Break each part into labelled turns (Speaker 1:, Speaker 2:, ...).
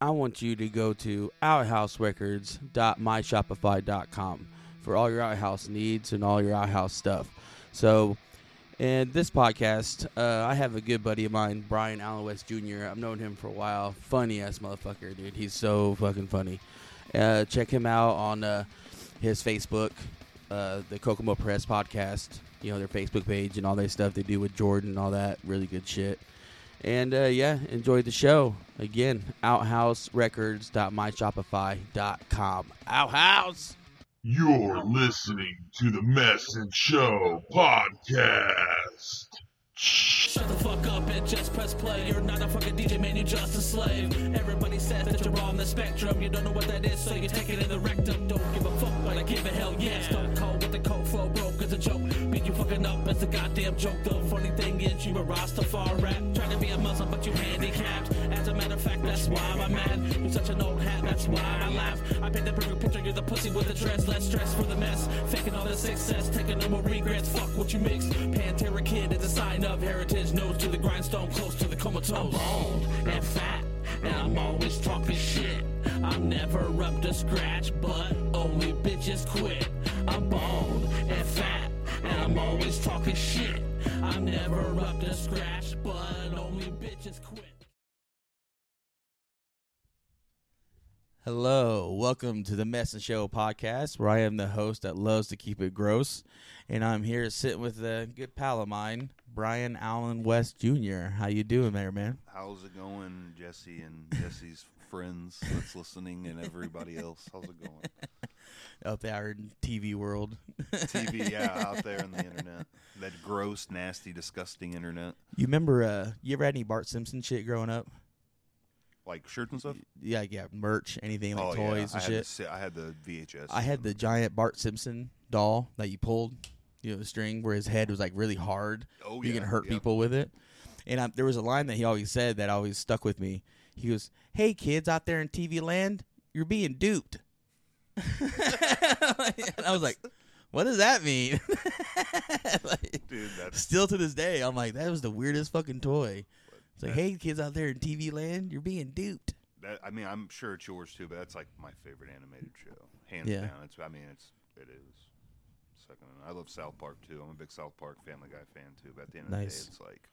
Speaker 1: I want you to go to outhouserecords.myshopify.com for all your outhouse needs and all your outhouse stuff. So, and this podcast, uh, I have a good buddy of mine, Brian Allen West Jr. I've known him for a while. Funny ass motherfucker, dude. He's so fucking funny. Uh, check him out on uh, his Facebook, uh, the Kokomo Press podcast. You know their Facebook page and all that stuff they do with Jordan and all that. Really good shit. And uh, yeah, enjoy the show. Again, outhouserecords.myshopify.com. Outhouse.
Speaker 2: You're listening to the Mess and Show podcast.
Speaker 3: Shut the fuck up and just press play. You're not a fucking DJ, man, you're just a slave. Everybody says that you're on the spectrum. You don't know what that is, so you take it in the rectum. Don't give a fuck, but I give a hell yeah. Stone cold with the cold flow broke as a joke. Beat you fucking up as a goddamn joke. The funny thing is, you a Rastafari. Trying to be a Muslim, but you handicapped. As a matter of fact, that's why I'm mad. You're such an old hat, that's why I laugh. I paint the perfect picture, you're the pussy with the dress. Let's stress for the mess. Faking all the success, taking no more regrets. Fuck what you mix. Pantera kid is a sign of heritage. Nose to the grindstone, close to the comatose. I'm old and fat, and I'm always talking shit. I'm never up to scratch, but only bitches quit. I'm bald and fat, and I'm always talking shit. I'm never up to scratch, but only bitches quit.
Speaker 1: Hello, welcome to the Mess and Show podcast, where I am the host that loves to keep it gross, and I'm here sitting with a good pal of mine, Brian Allen West Jr. How you doing, there, man?
Speaker 4: How's it going, Jesse and Jesse's friends that's listening and everybody else? How's it going?
Speaker 1: Up there in TV world,
Speaker 4: TV, yeah, out there on the internet. That gross, nasty, disgusting internet.
Speaker 1: you remember? Uh, you ever had any Bart Simpson shit growing up?
Speaker 4: Like shirts and stuff?
Speaker 1: Yeah, yeah, merch, anything like
Speaker 4: oh,
Speaker 1: toys
Speaker 4: yeah. I
Speaker 1: and
Speaker 4: had the
Speaker 1: shit.
Speaker 4: si- I had the VHS.
Speaker 1: I had the giant Bart Simpson doll that you pulled, you know, the string where his head was like really hard.
Speaker 4: Oh,
Speaker 1: you
Speaker 4: yeah,
Speaker 1: can hurt
Speaker 4: yeah.
Speaker 1: people with it. And I, there was a line that he always said that always stuck with me. He goes, "Hey kids out there in TV land, you're being duped." and I was like, "What does that mean?" Like,
Speaker 4: Dude, that's.
Speaker 1: still to this day, I'm like, "That was the weirdest fucking toy." It's like, "Hey kids out there in TV land, you're being duped."
Speaker 4: That, I mean, I'm sure it's yours too, but that's like my favorite animated show, hands
Speaker 1: Yeah.
Speaker 4: down. It's. I mean, it's. It is. Second, to none. I love South Park too. I'm a big South Park Family Guy fan too. But at the end of
Speaker 1: Nice.
Speaker 4: the day, it's like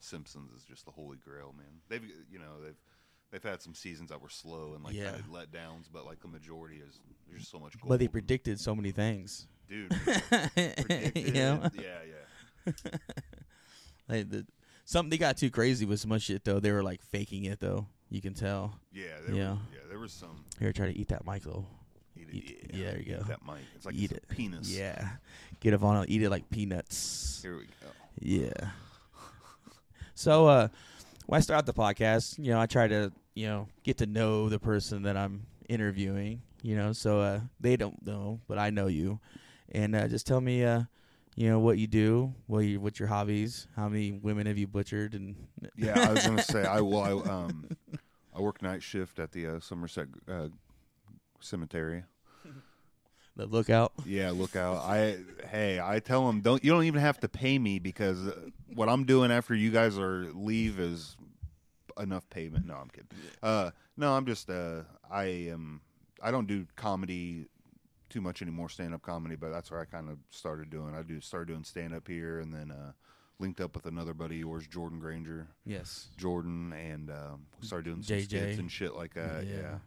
Speaker 4: Simpsons is just the holy grail, man. They've, you know, they've. They've had some seasons that were slow and like
Speaker 1: Yeah.
Speaker 4: kind of letdowns, but like the majority is there's just so much gold.
Speaker 1: But they predicted so many things.
Speaker 4: dude.
Speaker 1: you
Speaker 4: predicted.
Speaker 1: know?
Speaker 4: Yeah, yeah.
Speaker 1: Like the something they got too crazy with some of shit though. They were like faking it though. You can tell.
Speaker 4: Yeah, there
Speaker 1: Yeah.
Speaker 4: Was, yeah, there was some.
Speaker 1: Here, try to eat that mic though.
Speaker 4: Eat
Speaker 1: Eat-
Speaker 4: it,
Speaker 1: yeah, there you
Speaker 4: eat
Speaker 1: go.
Speaker 4: That mic. It's like
Speaker 1: eat
Speaker 4: it's
Speaker 1: it.
Speaker 4: a penis.
Speaker 1: Yeah. Get Ivano, eat it like peanuts.
Speaker 4: Here we go.
Speaker 1: Yeah. So uh when I start out the podcast, you know, I try to, you know, get to know the person that I'm interviewing, you know, so uh they don't know, but I know you. And uh just tell me uh you know what you do, what you what's your hobbies, how many women have you butchered and
Speaker 4: Yeah, I was gonna say I will. I, um, I work night shift at the uh, Somerset uh, Cemetery.
Speaker 1: the lookout.
Speaker 4: Yeah, look out. I hey, I tell them don't. You don't even have to pay me because uh, what I'm doing after you guys are leave is enough payment. No, I'm kidding. Uh, no, I'm just uh, I am. I don't do comedy too much anymore, stand up comedy, but that's where I kind of started doing. I do started doing stand up here, and then uh, linked up with another buddy of yours, Jordan Granger.
Speaker 1: Yes.
Speaker 4: Jordan and um, we started doing some
Speaker 1: JJ.
Speaker 4: skits and shit like that.
Speaker 1: Yeah.
Speaker 4: Yeah,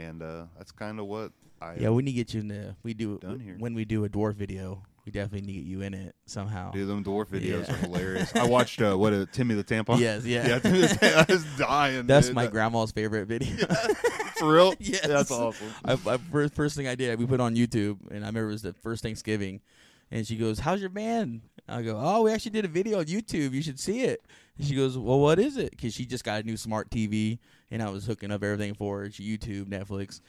Speaker 4: and uh, that's kind of what I
Speaker 1: Yeah, we need to get you in the we do
Speaker 4: Done here.
Speaker 1: when we do a dwarf video, we definitely need to get you in it somehow.
Speaker 4: do. Them dwarf videos
Speaker 1: Yeah.
Speaker 4: are hilarious. I watched uh, what uh, Timmy the Tampon.
Speaker 1: Yes, yeah.
Speaker 4: yeah Timmy the Tampon- I was dying.
Speaker 1: That's
Speaker 4: dude.
Speaker 1: my
Speaker 4: That-
Speaker 1: grandma's favorite video.
Speaker 4: for real.
Speaker 1: Yes.
Speaker 4: that's awesome.
Speaker 1: I, I first, first thing I did, we put it on YouTube, and I remember it was the first Thanksgiving, and she goes, "How's your band?" I go, "Oh, we actually did a video on YouTube. You should see it." And she goes, "Well, what is it?" Because she just got a new smart TV, and I was hooking up everything for her: it's YouTube, Netflix,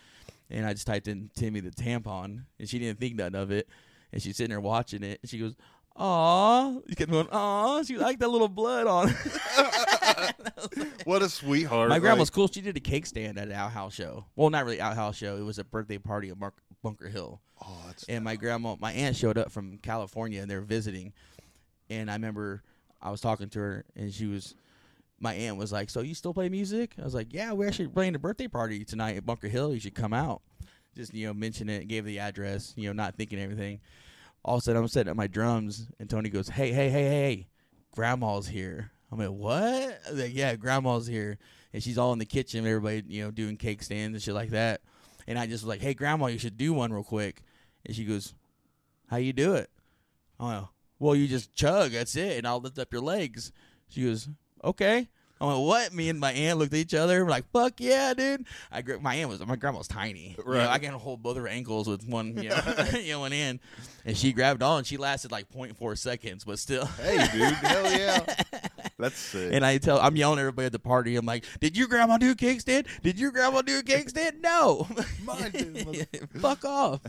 Speaker 1: and I just typed in Timmy the Tampon, and she didn't think nothing of it, and she's sitting there watching it, and she goes. Aw, she kept going. Aw, she liked that little blood on. it."
Speaker 4: What a sweetheart.
Speaker 1: My
Speaker 4: like-
Speaker 1: grandma's cool. She did a cake stand at an outhouse show. Well, not really outhouse show. It was a birthday party at Mark, Bunker Hill.
Speaker 4: Oh, that's
Speaker 1: and my grandma, my aunt showed up from California and they were visiting. And I remember I was talking to her and she was, my aunt was like, "So you still play music?" I was like, "Yeah, we're actually playing a birthday party tonight at Bunker Hill. You should come out." Just you know, mention it, gave the address, you know, not thinking everything. All of a sudden, I'm setting up my drums, and Tony goes, "Hey, hey, hey, hey, grandma's here." I'm like, "What?" I was like, "Yeah, grandma's here," and she's all in the kitchen. Everybody, you know, doing cake stands and shit like that. And I just was like, "Hey, grandma, you should do one real quick." And she goes, "How you do it?" I'm like, "Well, you just chug. That's it, and I'll lift up your legs." She goes, "Okay." I'm like, "What?" Me and my aunt looked at each other. We're like, "Fuck yeah, dude!" I gri- my aunt was my grandma's tiny. You know,
Speaker 4: Right.
Speaker 1: I can hold both her ankles with one, you know, you know, one hand. And she grabbed on. She lasted like 0.4 seconds, but still.
Speaker 4: Hey, dude, hell yeah, that's sick.
Speaker 1: And I tell, I'm yelling at everybody at the party. I'm like, "Did your grandma do a cake stand? Did your grandma do a cake stand? No,
Speaker 4: Mine did, mother-
Speaker 1: fuck off."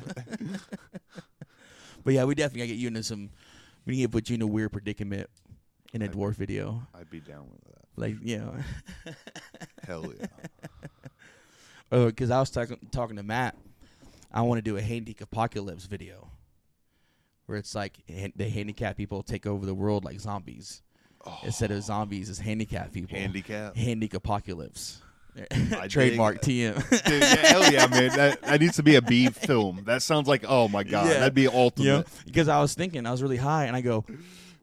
Speaker 1: but yeah, we definitely gotta get you into some. We need to put you in a weird predicament in a dwarf video,
Speaker 4: I'd be down with that.
Speaker 1: like you know,
Speaker 4: Hell yeah.
Speaker 1: because uh, I was talking talking to Matt. I want to do a handicap apocalypse video, where it's like han- the handicap people take over the world like zombies. Instead of zombies, it's handicap people.
Speaker 4: Oh. Handicap.
Speaker 1: Handic Apocalypse.
Speaker 4: dig
Speaker 1: Trademark
Speaker 4: it.
Speaker 1: TM.
Speaker 4: Dude, yeah, hell yeah, man. That, that needs to be a B film. That sounds like, oh my God,
Speaker 1: Yeah.
Speaker 4: that'd be
Speaker 1: you know,
Speaker 4: ultimate.
Speaker 1: because I was thinking, I was really high, and I go,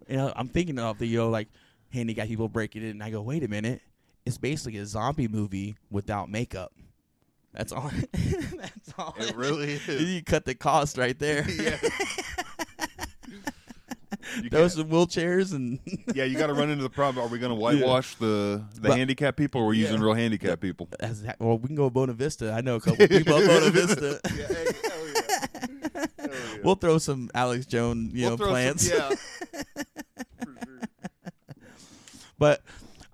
Speaker 1: you know, I'm thinking of the, you know, like handicap people breaking it, and I go, wait a minute. It's basically a zombie movie without makeup. That's all. That's all.
Speaker 4: It really is.
Speaker 1: You cut the cost right there.
Speaker 4: Yeah. You
Speaker 1: Throw
Speaker 4: can't-
Speaker 1: some wheelchairs and
Speaker 4: yeah, you got to run into the problem. Are we going to whitewash the the
Speaker 1: But-
Speaker 4: handicapped people? or We're using real handicapped people.
Speaker 1: That's- well, we can go Bona Vista. I know a couple people at Bona Vista.
Speaker 4: Yeah, hey, hell yeah. Hell yeah.
Speaker 1: We'll throw some Alex Jones, you
Speaker 4: We'll
Speaker 1: know,
Speaker 4: throw some-
Speaker 1: plants.
Speaker 4: yeah.
Speaker 1: But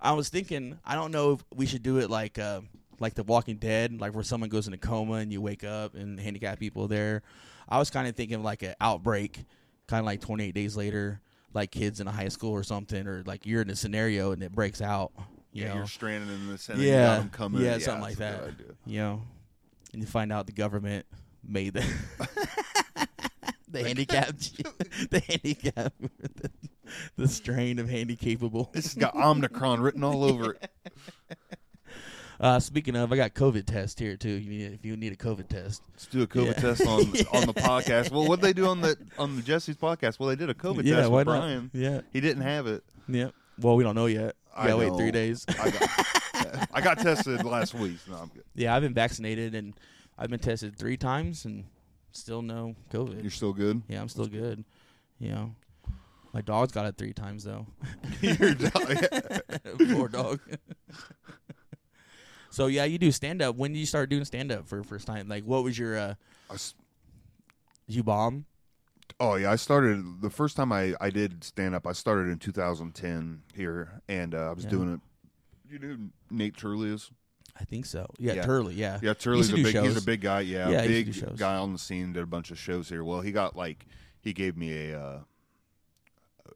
Speaker 1: I was thinking, I don't know if we should do it like uh, like The Walking Dead, like where someone goes in a coma and you wake up and handicap people are there. I was kind of thinking like an outbreak, kind of like 28 days later, like kids in a high school or something, or like you're in a scenario and it breaks out. You
Speaker 4: Yeah,
Speaker 1: know?
Speaker 4: you're stranded in this. And yeah,
Speaker 1: yeah,
Speaker 4: I'm coming.
Speaker 1: yeah, something like
Speaker 4: that's a
Speaker 1: that.
Speaker 4: good idea.
Speaker 1: You know, and you find out the government made the the handicapped, the handicap, the, the strain of handicapable.
Speaker 4: This has got Omnicron written all over it.
Speaker 1: Uh, speaking of, I got COVID test here too. You need, if you need a COVID test,
Speaker 4: Let's do a COVID
Speaker 1: Yeah.
Speaker 4: test on on the podcast. Well, what they do on the on the Jesse's podcast? Well, they did a COVID
Speaker 1: yeah,
Speaker 4: test
Speaker 1: why
Speaker 4: with
Speaker 1: not?
Speaker 4: Brian.
Speaker 1: Yeah,
Speaker 4: He didn't have it.
Speaker 1: yeah. Well, we don't know yet.
Speaker 4: I
Speaker 1: gotta wait
Speaker 4: know.
Speaker 1: three days.
Speaker 4: I got, I got tested last week. No, I'm good.
Speaker 1: yeah, I've been vaccinated and I've been tested three times and still no COVID.
Speaker 4: You're still good.
Speaker 1: yeah, I'm still good. You know, my dog's got it three times though.
Speaker 4: Your dog- yeah.
Speaker 1: Poor dog. so yeah, you do stand up. When did you start doing stand up for the first time? Like, what was your? uh
Speaker 4: I s-
Speaker 1: did You bomb?
Speaker 4: Oh yeah, I started the first time I I did stand up. I started in 2010 here, and uh, I was
Speaker 1: Yeah.
Speaker 4: doing it. You know who Nate Turley is?
Speaker 1: I think so. Yeah,
Speaker 4: Yeah.
Speaker 1: Turley. Yeah.
Speaker 4: Yeah, Turley's
Speaker 1: to
Speaker 4: a
Speaker 1: do
Speaker 4: big he's
Speaker 1: shows.
Speaker 4: a big guy. Yeah,
Speaker 1: Yeah, he used to
Speaker 4: big
Speaker 1: do shows.
Speaker 4: guy on the scene. Did a bunch of shows here. Well, he got like he gave me a uh,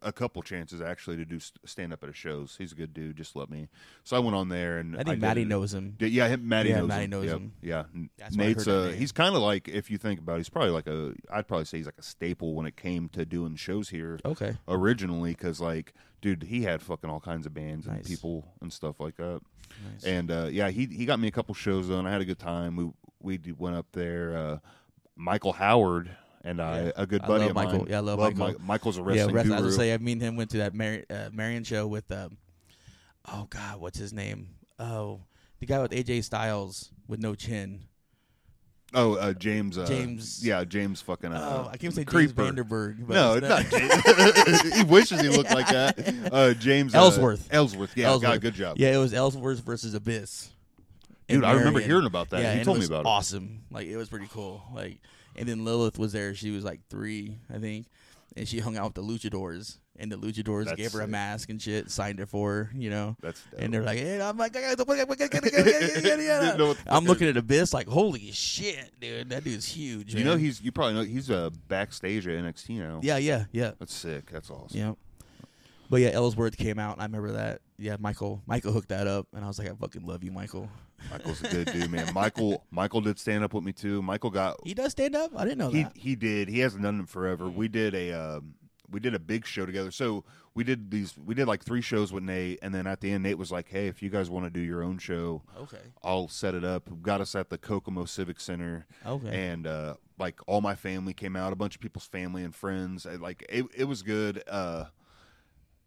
Speaker 4: a couple chances actually to do stand up at his shows. He's a good dude. Just let me. So I went on there and
Speaker 1: I think
Speaker 4: did
Speaker 1: Maddie
Speaker 4: it.
Speaker 1: knows him.
Speaker 4: Yeah, yeah, him, Maddie
Speaker 1: Yeah,
Speaker 4: knows
Speaker 1: Maddie
Speaker 4: him.
Speaker 1: knows
Speaker 4: yeah,
Speaker 1: him.
Speaker 4: Yeah, N-
Speaker 1: That's why I
Speaker 4: Nate's
Speaker 1: heard that
Speaker 4: uh,
Speaker 1: name.
Speaker 4: he's kind of like if you think about, it, he's probably like a I'd probably say he's like a staple when it came to doing shows here
Speaker 1: Okay.
Speaker 4: originally because like dude he had fucking all kinds of bands and
Speaker 1: Nice.
Speaker 4: people and stuff like that
Speaker 1: Nice.
Speaker 4: and uh, yeah he he got me a couple shows though and i had a good time we we d- went up there uh, michael howard and I,
Speaker 1: Yeah.
Speaker 4: a good
Speaker 1: I
Speaker 4: buddy
Speaker 1: love
Speaker 4: of
Speaker 1: Michael.
Speaker 4: mine
Speaker 1: Yeah, I love Michael.
Speaker 4: Mi- michael's a
Speaker 1: yeah,
Speaker 4: wrestling
Speaker 1: rest, I
Speaker 4: guru
Speaker 1: was gonna say, I mean, him went to that Mar- uh, Marion show with, um, oh God, what's his name? Oh, the guy with AJ Styles with no chin.
Speaker 4: oh uh, james uh,
Speaker 1: James-
Speaker 4: yeah james fucking uh,
Speaker 1: Oh, I can't say
Speaker 4: creeper
Speaker 1: James Vanderberg. But
Speaker 4: no, it's not. James. he wishes he looked like that. Uh, James uh,
Speaker 1: Ellsworth.
Speaker 4: Ellsworth. Yeah, God,
Speaker 1: Ellsworth.
Speaker 4: good job.
Speaker 1: Yeah, it was Ellsworth versus Abyss.
Speaker 4: Dude,
Speaker 1: In
Speaker 4: I remember
Speaker 1: Marion.
Speaker 4: hearing about that.
Speaker 1: Yeah,
Speaker 4: He
Speaker 1: and
Speaker 4: told
Speaker 1: it
Speaker 4: me
Speaker 1: was
Speaker 4: about it.
Speaker 1: Awesome. Like it was pretty cool. Like, and then Lilith was there. She was like three, I think, and she hung out with the luchadors. And the luchadors
Speaker 4: That's
Speaker 1: gave her a
Speaker 4: sick.
Speaker 1: mask and shit, signed it for her, you know.
Speaker 4: That's dope.
Speaker 1: and they're like, hey, I'm like, I'm
Speaker 4: Didn't know what the fuck
Speaker 1: looking at Abyss like, holy shit, dude, that dude's huge.
Speaker 4: You know
Speaker 1: man.
Speaker 4: he's you probably know he's a backstage at NXT now.
Speaker 1: yeah, yeah, yeah,
Speaker 4: That's sick. That's awesome.
Speaker 1: yeah. But yeah, Ellsworth came out, and I remember that. Yeah, Michael, Michael hooked that up, and I was like, I fucking love you, Michael.
Speaker 4: Michael's a good dude, man. Michael Michael did stand up with me too. Michael got
Speaker 1: He does stand up. I didn't know
Speaker 4: he
Speaker 1: that. Mm-hmm.
Speaker 4: he did. He hasn't done it forever. We did a um, we did a big show together. So we did these we did like three shows with Nate, and then at the end Nate was like, "Hey, if you guys want to do your own show,
Speaker 1: Okay.
Speaker 4: I'll set it up." Got us at the Kokomo Civic Center,
Speaker 1: Okay.
Speaker 4: and uh, like all my family came out, a bunch of people's family and friends. I, like it, it was good. Uh,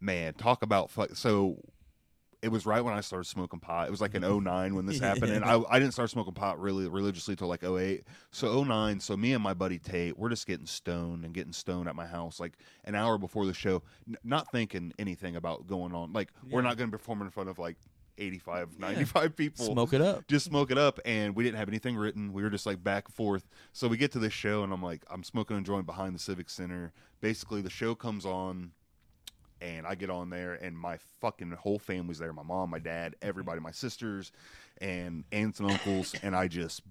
Speaker 4: man, talk about fu- so. It was right when I started smoking pot. It was like in 09 when this happened, and I, I didn't start smoking pot really religiously till like 08. So 09, so me and my buddy Tate, we're just getting stoned and getting stoned at my house like an hour before the show, n- not thinking anything about going on. Like we're
Speaker 1: Yeah.
Speaker 4: not going to perform in front of like 85, 95 people
Speaker 1: Smoke it up.
Speaker 4: just smoke it up and we didn't have anything written we were just like back and forth so we get to this show and i'm like i'm smoking and joint behind the civic center basically the show comes on and i get on there and my fucking whole family's there my mom my dad
Speaker 1: Mm-hmm.
Speaker 4: everybody my sisters and aunts and uncles and i just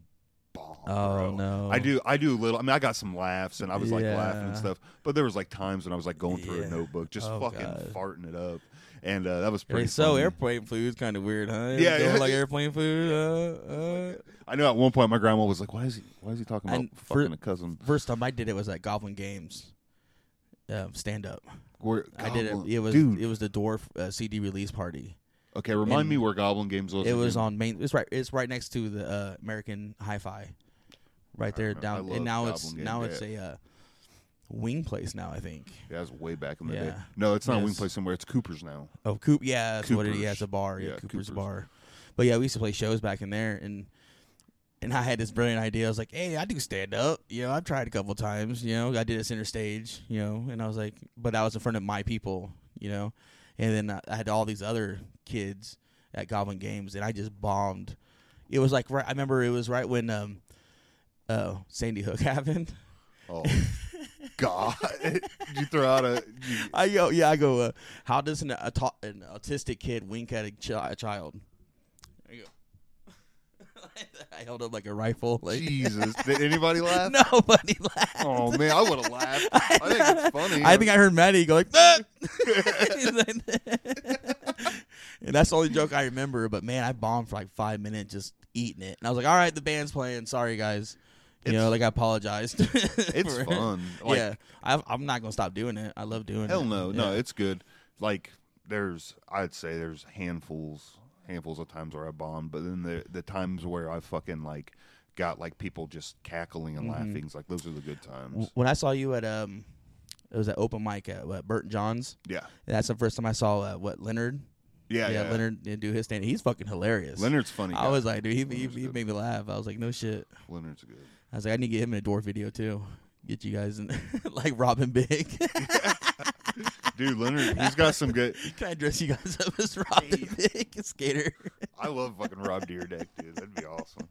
Speaker 4: bomb
Speaker 1: Oh,
Speaker 4: bro.
Speaker 1: no.
Speaker 4: i do i do little i mean i got some laughs and i was like laughing and
Speaker 1: Yeah.
Speaker 4: stuff but there was like times when i was like going through
Speaker 1: Yeah.
Speaker 4: a notebook just
Speaker 1: Oh,
Speaker 4: fucking
Speaker 1: God.
Speaker 4: farting it up and uh, that was pretty
Speaker 1: Wait, so
Speaker 4: funny.
Speaker 1: airplane food's kind of weird, huh?
Speaker 4: Yeah,
Speaker 1: Don't
Speaker 4: yeah. Oh
Speaker 1: like airplane food. Uh, uh.
Speaker 4: I know at one point my grandma was like, "Why is he? Why is he talking about
Speaker 1: And for-
Speaker 4: fucking a cousin?"
Speaker 1: First time I did it was at Goblin Games, um, stand up.
Speaker 4: Where,
Speaker 1: I did it.
Speaker 4: Goblin-
Speaker 1: It was
Speaker 4: dude.
Speaker 1: it was the dwarf uh, CD release party.
Speaker 4: okay, remind
Speaker 1: and-
Speaker 4: me where Goblin Games was.
Speaker 1: It was
Speaker 4: again.
Speaker 1: on main. It's right. It's right next to the uh, American Hi-Fi, right there
Speaker 4: remember. I
Speaker 1: down.
Speaker 4: love
Speaker 1: And now it's
Speaker 4: Goblin Game,
Speaker 1: now
Speaker 4: yeah.
Speaker 1: it's a uh, wing place now. I think.
Speaker 4: Yeah, that was way back in the day.
Speaker 1: Yeah.
Speaker 4: No, it's not
Speaker 1: Yes.
Speaker 4: Wing Place somewhere. It's Cooper's now.
Speaker 1: Oh, Coop. Yeah, that's what it is. Yeah,
Speaker 4: Cooper's.
Speaker 1: it's a bar. Yeah,
Speaker 4: Yeah,
Speaker 1: Cooper's,
Speaker 4: Cooper's.
Speaker 1: bar. But yeah, we used to play shows back in there, and and I had this brilliant idea. I was like, "Hey, I do stand up. You know, I've tried a couple times. You know, I did it center stage. You know, and I was like, but I was in front of my people. You know, and then I, I had all these other kids at Goblin Games, and I just bombed. It was like right. I remember it was right when um, uh, Sandy Hook happened.
Speaker 4: Oh God! did you throw out a? did you-
Speaker 1: I go, yeah, I go. Uh, how does an, auto- an autistic kid wink at a, chi- a child? I go. I held up like a rifle. Like
Speaker 4: Jesus! Did anybody laugh?
Speaker 1: nobody laughed.
Speaker 4: Oh man, I would have laughed. I, think it's funny.
Speaker 1: I think I heard Maddie go like that. and that's the only joke I remember. But man, I bombed for like five minutes just eating it. And I was like, all right, the band's playing. Sorry, guys. You know,
Speaker 4: It's-
Speaker 1: like I apologized.
Speaker 4: it's
Speaker 1: for-
Speaker 4: fun. Like,
Speaker 1: yeah, I, I'm not gonna stop doing it. I love doing
Speaker 4: Hell
Speaker 1: it.
Speaker 4: no, no,
Speaker 1: Yeah.
Speaker 4: it's good. Like there's, I'd say there's handfuls, handfuls of times where I bombed, but then the the times where I fucking like got like people just cackling and
Speaker 1: Mm-hmm.
Speaker 4: laughing, it's like those are the good times.
Speaker 1: when I saw you at um, it was at open mic at what, Burton Johns.
Speaker 4: Yeah,
Speaker 1: That's the first time I saw uh, what Leonard.
Speaker 4: yeah, yeah. Leonard,
Speaker 1: Leonard did do his stand. He's fucking hilarious.
Speaker 4: Leonard's funny.
Speaker 1: I
Speaker 4: guy.
Speaker 1: was like, dude, he, he,
Speaker 4: Leonard's
Speaker 1: he
Speaker 4: good.
Speaker 1: made me laugh. I was like, no shit.
Speaker 4: Leonard's good.
Speaker 1: I was like, I need to get him in a dwarf video too. Get you guys in, like Robin Big.
Speaker 4: Dude, Leonard, he's got some good.
Speaker 1: Can I dress you guys up as Robin Big skater?
Speaker 4: I love fucking Rob Deerdeck, dude. That'd be awesome.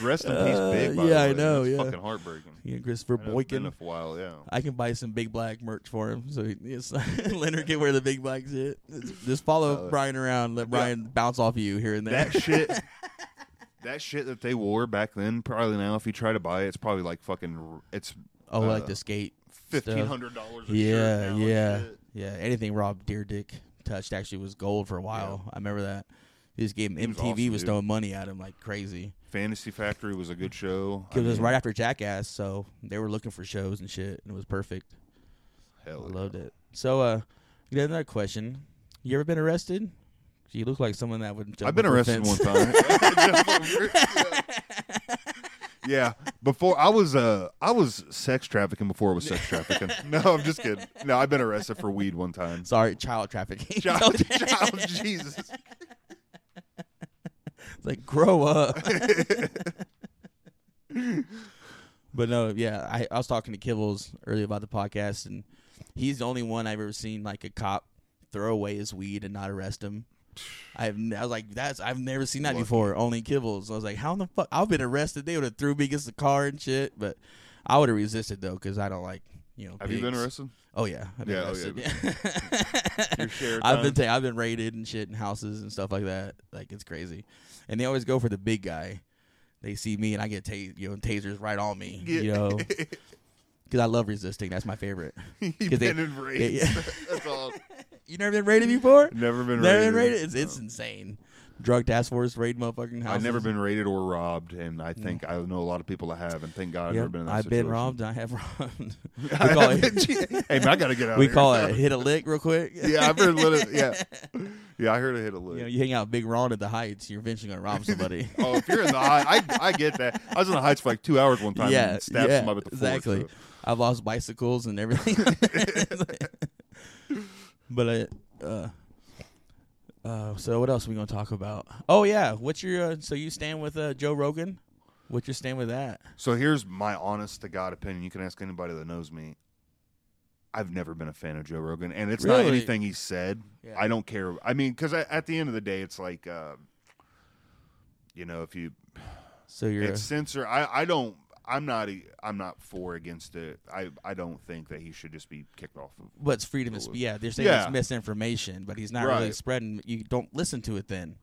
Speaker 4: Rest in peace,
Speaker 1: Uh,
Speaker 4: Big. By
Speaker 1: yeah,
Speaker 4: the
Speaker 1: I
Speaker 4: way, dude.
Speaker 1: know,
Speaker 4: That's
Speaker 1: yeah.
Speaker 4: fucking heartbreaking.
Speaker 1: Yeah, Christopher
Speaker 4: I know it's been
Speaker 1: Boykin.
Speaker 4: a while, yeah.
Speaker 1: I can buy some big black merch for him, so he, yes, Leonard can wear the big black shit. Just follow
Speaker 4: Uh,
Speaker 1: Brian around, let Brian bounce off you here and there.
Speaker 4: that shit that shit that they wore back then probably now if you try to buy it it's probably like fucking r- it's
Speaker 1: oh, like
Speaker 4: uh,
Speaker 1: the skate
Speaker 4: fifteen hundred dollars
Speaker 1: Yeah,
Speaker 4: now and
Speaker 1: yeah,
Speaker 4: shit.
Speaker 1: yeah. Anything Rob Deerdick touched actually was gold for a while. I remember that. This game
Speaker 4: He was
Speaker 1: MTV
Speaker 4: awesome,
Speaker 1: was
Speaker 4: dude.
Speaker 1: throwing money at him like crazy.
Speaker 4: fantasy factory was a good show I
Speaker 1: It was
Speaker 4: mean,
Speaker 1: right after Jackass, so they were looking for shows and shit, and it was perfect.
Speaker 4: hell
Speaker 1: I
Speaker 4: Oh, yeah.
Speaker 1: loved it. So, uh, you got another question. You ever been arrested? You look like someone that would. Jump
Speaker 4: I've been
Speaker 1: over a
Speaker 4: arrested
Speaker 1: fence.
Speaker 4: one time. yeah, before I was uh I was sex trafficking before it was sex trafficking. No, I'm just kidding. No, I've been arrested for weed one time.
Speaker 1: Sorry, child trafficking.
Speaker 4: Child, child Jesus.
Speaker 1: like grow up. but no, yeah, I, I was talking to Kibbles earlier about the podcast, and he's the only one I've ever seen like a cop throw away his weed and not arrest him. I've n- I was like that's I've never seen that
Speaker 4: Lucky.
Speaker 1: before. Only Kibbles. I was like, how in the fuck? I've been arrested. They would have threw me against the car and shit. But I would have resisted though, because I don't like you know.
Speaker 4: Have you been
Speaker 1: pigs.
Speaker 4: arrested?
Speaker 1: Oh yeah, I've been
Speaker 4: Yeah, oh,
Speaker 1: arrested.
Speaker 4: yeah. Your share of
Speaker 1: I've been
Speaker 4: times?
Speaker 1: ta- I've been raided and shit in houses and stuff like that. Like it's crazy, and they always go for the big guy. They see me and I get ta- you know tasers right on me, you
Speaker 4: Yeah.
Speaker 1: know, because I love resisting. That's my favorite.
Speaker 4: You've
Speaker 1: 'Cause they-
Speaker 4: been in
Speaker 1: they-
Speaker 4: race. That's all.
Speaker 1: You never been raided before?
Speaker 4: Never been
Speaker 1: Never
Speaker 4: raided.
Speaker 1: been raided. It's it's insane. drug task force raid motherfucking houses.
Speaker 4: I've never been raided or robbed, and I think I know a lot of people that have, and thank God I've never
Speaker 1: Yep,
Speaker 4: been in that
Speaker 1: I've
Speaker 4: situation.
Speaker 1: been robbed. I have robbed. we call it,
Speaker 4: hey, man, I gotta get out.
Speaker 1: we
Speaker 4: of
Speaker 1: call
Speaker 4: here.
Speaker 1: it hit a lick real quick.
Speaker 4: yeah, I've heard. Lit- yeah, yeah, I heard it hit a lick.
Speaker 1: You know, you hang out with Big Ron at the Heights, you're eventually gonna rob somebody.
Speaker 4: Oh, if you're in the high, I, I get that. I was in the heights for like two hours one time.
Speaker 1: yeah,
Speaker 4: and stabbed
Speaker 1: yeah,
Speaker 4: somebody with the fork,
Speaker 1: exactly.
Speaker 4: so-
Speaker 1: I've lost bicycles and everything. but I, uh, uh, so what else are we gonna talk about? Oh yeah, what's your uh, so you stand with uh, Joe Rogan? What's your stand with that?
Speaker 4: So here's my honest to God opinion. You can ask anybody that knows me. I've never been a fan of Joe Rogan, and it's not
Speaker 1: Really?
Speaker 4: anything he said.
Speaker 1: Yeah.
Speaker 4: I don't care. I mean, because at the end of the day, it's like, uh, you know, if you
Speaker 1: So you're
Speaker 4: it's censor. I, I don't. I'm not. a- I'm not for or against it. I I don't think that he should just be kicked off. of
Speaker 1: But it's freedom of sp- yeah. They're saying
Speaker 4: Yeah.
Speaker 1: it's misinformation, but he's not really
Speaker 4: Right.
Speaker 1: spreading. You don't listen to it then.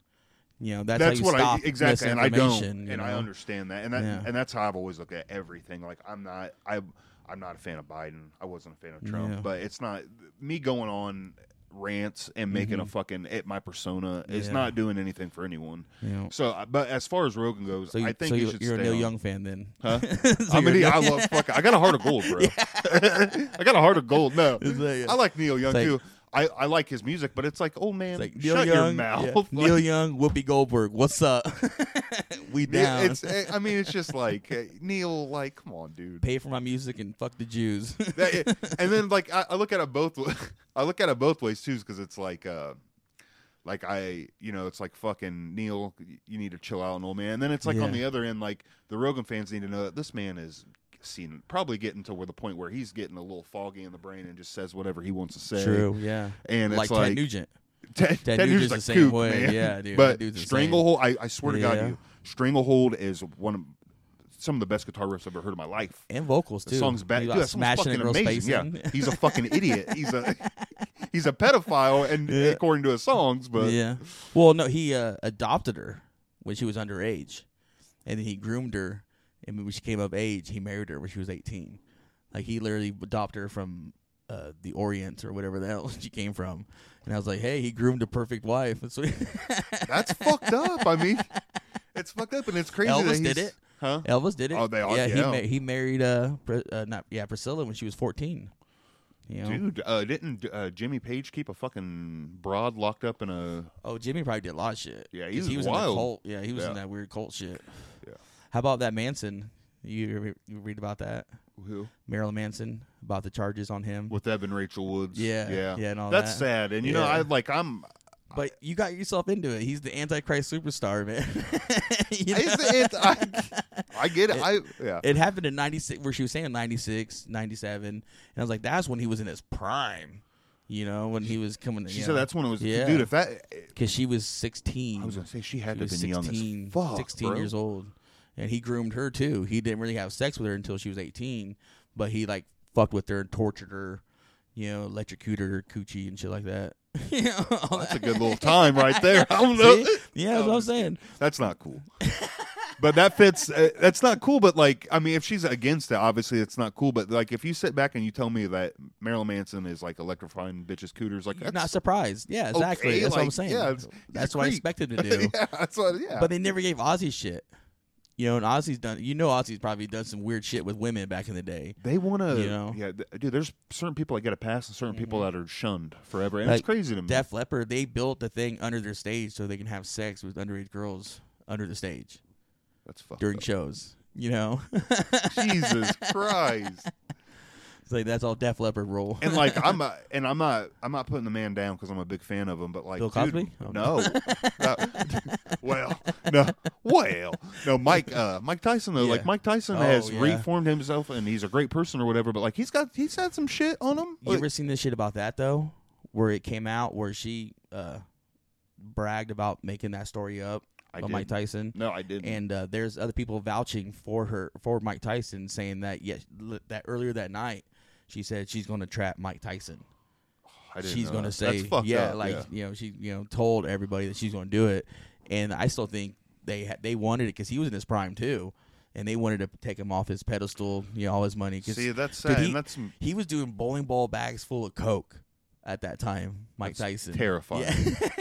Speaker 1: You know that's,
Speaker 4: That's
Speaker 1: how you
Speaker 4: what I
Speaker 1: stop
Speaker 4: exactly, and I don't,
Speaker 1: misinformation.
Speaker 4: and
Speaker 1: you
Speaker 4: I
Speaker 1: know?
Speaker 4: understand that, and that,
Speaker 1: Yeah.
Speaker 4: and that's how I've always looked at everything. Like I'm not, I, I'm not a fan of Biden. I wasn't a fan of Trump,
Speaker 1: Yeah.
Speaker 4: but it's not me going on rants and making a fucking it my persona. It's
Speaker 1: Mm-hmm. Yeah.
Speaker 4: not doing anything for anyone.
Speaker 1: Yeah.
Speaker 4: So, I- but as far as Rogan goes,
Speaker 1: So you,
Speaker 4: I think
Speaker 1: so
Speaker 4: he
Speaker 1: you,
Speaker 4: should
Speaker 1: you're a
Speaker 4: stay
Speaker 1: Neil
Speaker 4: on.
Speaker 1: Young fan then.
Speaker 4: Huh?
Speaker 1: So
Speaker 4: I
Speaker 1: you're
Speaker 4: mean,
Speaker 1: Neil-
Speaker 4: I love fucking. I got a heart of gold, bro. I got a heart of gold. No,
Speaker 1: like-
Speaker 4: I like Neil Young
Speaker 1: like-
Speaker 4: too. I, I like his music, but it's like, oh man,
Speaker 1: It's like Neil
Speaker 4: shut
Speaker 1: Young,
Speaker 4: your
Speaker 1: yeah.
Speaker 4: mouth.
Speaker 1: Neil Young, Whoopi Goldberg, what's up? we
Speaker 4: Neil-
Speaker 1: down.
Speaker 4: It's, eh, I mean, it's just like eh, Neil. Like, come on, dude.
Speaker 1: Pay for my music and fuck the Jews.
Speaker 4: That- eh, and then like I, I look at it both. wa- I look at it both ways too, because it's like, uh, like I, you know, it's like fucking Neil. You need to chill out, and old man. And then it's like on
Speaker 1: Yeah.
Speaker 4: the other end, like the Rogan fans need to know that this man is seen probably getting to where the point where he's getting a little foggy in the brain and just says whatever he wants to say.
Speaker 1: True, yeah.
Speaker 4: And it's
Speaker 1: like
Speaker 4: like,
Speaker 1: Ted Nugent.
Speaker 4: Ted,
Speaker 1: Ted
Speaker 4: Ted
Speaker 1: Nugent's
Speaker 4: Nugent's
Speaker 1: the
Speaker 4: a
Speaker 1: same
Speaker 4: kook,
Speaker 1: way.
Speaker 4: man.
Speaker 1: Yeah, dude, that
Speaker 4: But
Speaker 1: dude's the same.
Speaker 4: Stranglehold, I, I swear to
Speaker 1: Yeah.
Speaker 4: God, you, Stranglehold is one of some of the best guitar riffs I've ever heard in my life.
Speaker 1: And vocals too.
Speaker 4: The song's bad.
Speaker 1: He's,
Speaker 4: Dude,
Speaker 1: like,
Speaker 4: that song's
Speaker 1: smashing a
Speaker 4: fucking
Speaker 1: girl's face
Speaker 4: amazing. Yeah,
Speaker 1: in.
Speaker 4: he's a fucking idiot. He's a he's a pedophile, and according to his songs, but
Speaker 1: yeah. Well, no, he uh, adopted her when she was underage, and then he groomed her, and when she came of age, he married her when she was eighteen. Like he literally adopted her from uh, the Orient or whatever the hell she came from, and I was like, hey, he groomed a perfect wife. And so
Speaker 4: that's fucked up. I mean, it's fucked up, and it's crazy.
Speaker 1: Elvis
Speaker 4: that he's,
Speaker 1: did it.
Speaker 4: huh?
Speaker 1: Elvis did it.
Speaker 4: Oh, they all-
Speaker 1: yeah. He,
Speaker 4: yeah.
Speaker 1: ma- he married uh, Pri- uh not yeah Priscilla when she was fourteen. You know?
Speaker 4: Dude, uh, didn't uh, Jimmy Page keep a fucking broad locked up in a?
Speaker 1: Oh, Jimmy probably did a lot of shit.
Speaker 4: Yeah,
Speaker 1: 'Cause
Speaker 4: he's
Speaker 1: he was in
Speaker 4: wild.
Speaker 1: the cult. Yeah, he was in
Speaker 4: Yeah.
Speaker 1: that weird cult shit.
Speaker 4: Yeah.
Speaker 1: How about that Manson? You, re- you read about that
Speaker 4: Who?
Speaker 1: Marilyn Manson about the charges on him?
Speaker 4: with Ebb and Rachel Woods.
Speaker 1: Yeah,
Speaker 4: yeah,
Speaker 1: yeah, and all
Speaker 4: That's
Speaker 1: that.
Speaker 4: sad. And you know,
Speaker 1: Yeah.
Speaker 4: I like I'm.
Speaker 1: but you got yourself into it. He's the antichrist superstar, man. You know?
Speaker 4: It's, it's, I, I get it. I yeah.
Speaker 1: it happened in 96 where she was saying 96 97 and i was like that's when he was in his prime you know when he was coming
Speaker 4: she
Speaker 1: yeah.
Speaker 4: said that's when it was.
Speaker 1: Yeah.
Speaker 4: Dude, if that.
Speaker 1: because she was 16
Speaker 4: I was gonna say she had
Speaker 1: She
Speaker 4: to have
Speaker 1: was
Speaker 4: been young
Speaker 1: 16,
Speaker 4: as fuck.
Speaker 1: 16
Speaker 4: bro.
Speaker 1: years old. And he groomed her too. He didn't really have sex with her until she was 18, but he like fucked with her and tortured her, you know, electrocuted her coochie and shit like that. you know, all
Speaker 4: That's a
Speaker 1: that.
Speaker 4: good little Um, time right there. I don't know.
Speaker 1: See? Yeah, that's what I'm saying.
Speaker 4: That's not cool. But that fits. Uh, that's not cool. But like, I mean, if she's against it, obviously it's not cool. But like, if you sit back and you tell me that Marilyn Manson is like electrifying bitches cooters, like
Speaker 1: Not
Speaker 4: that's
Speaker 1: surprised. Yeah, exactly.
Speaker 4: okay,
Speaker 1: that's what I'm
Speaker 4: like,
Speaker 1: saying.
Speaker 4: yeah, it's- he's a
Speaker 1: that's what I
Speaker 4: creep.
Speaker 1: expected to do.
Speaker 4: yeah, that's what. Yeah,
Speaker 1: But they never gave Ozzy shit. You know, and Ozzy's done. You know, Ozzy's probably done some weird shit with women back in the day.
Speaker 4: They want to,
Speaker 1: You know?
Speaker 4: yeah, th- dude. There's certain people that get a pass, and certain people that are shunned forever, and
Speaker 1: Like,
Speaker 4: it's crazy to me.
Speaker 1: Def Leppard, they built the thing under their stage so they can have sex with underage girls under the stage.
Speaker 4: That's fucked
Speaker 1: during
Speaker 4: up.
Speaker 1: shows. You know,
Speaker 4: Jesus Christ!
Speaker 1: it's like that's all Def Leppard rule.
Speaker 4: And like, I'm a, and I'm not, I'm not putting the man down because I'm a big fan of him. But like,
Speaker 1: Bill
Speaker 4: dude,
Speaker 1: Cosby? Oh,
Speaker 4: no, No. well, no, well, no, Mike, uh, Mike Tyson though,
Speaker 1: Yeah.
Speaker 4: like Mike Tyson
Speaker 1: Oh,
Speaker 4: has
Speaker 1: yeah.
Speaker 4: reformed himself, and he's a great person or whatever. But like, he's got, he's had some shit on him.
Speaker 1: you
Speaker 4: Like,
Speaker 1: ever seen this shit about that though, where it came out where she uh, bragged about making that story up
Speaker 4: I
Speaker 1: about
Speaker 4: did.
Speaker 1: Mike Tyson,
Speaker 4: no, I didn't.
Speaker 1: and uh, there's other people vouching for her for Mike Tyson, saying that yes, l- that earlier that night she said she's going to trap Mike Tyson.
Speaker 4: I didn't
Speaker 1: she's
Speaker 4: know
Speaker 1: going to
Speaker 4: that.
Speaker 1: say
Speaker 4: That's fucked
Speaker 1: yeah
Speaker 4: up,
Speaker 1: like
Speaker 4: yeah.
Speaker 1: you know she you know told everybody that she's going to do it and i still think they ha- they wanted it cuz he was in his prime too and they wanted to take him off his pedestal you know all his money 'cause-
Speaker 4: See, that's
Speaker 1: dude,
Speaker 4: sad.
Speaker 1: he,
Speaker 4: and that's
Speaker 1: he was doing bowling ball bags full of coke at that time, Mike
Speaker 4: That's
Speaker 1: Tyson.
Speaker 4: Terrifying.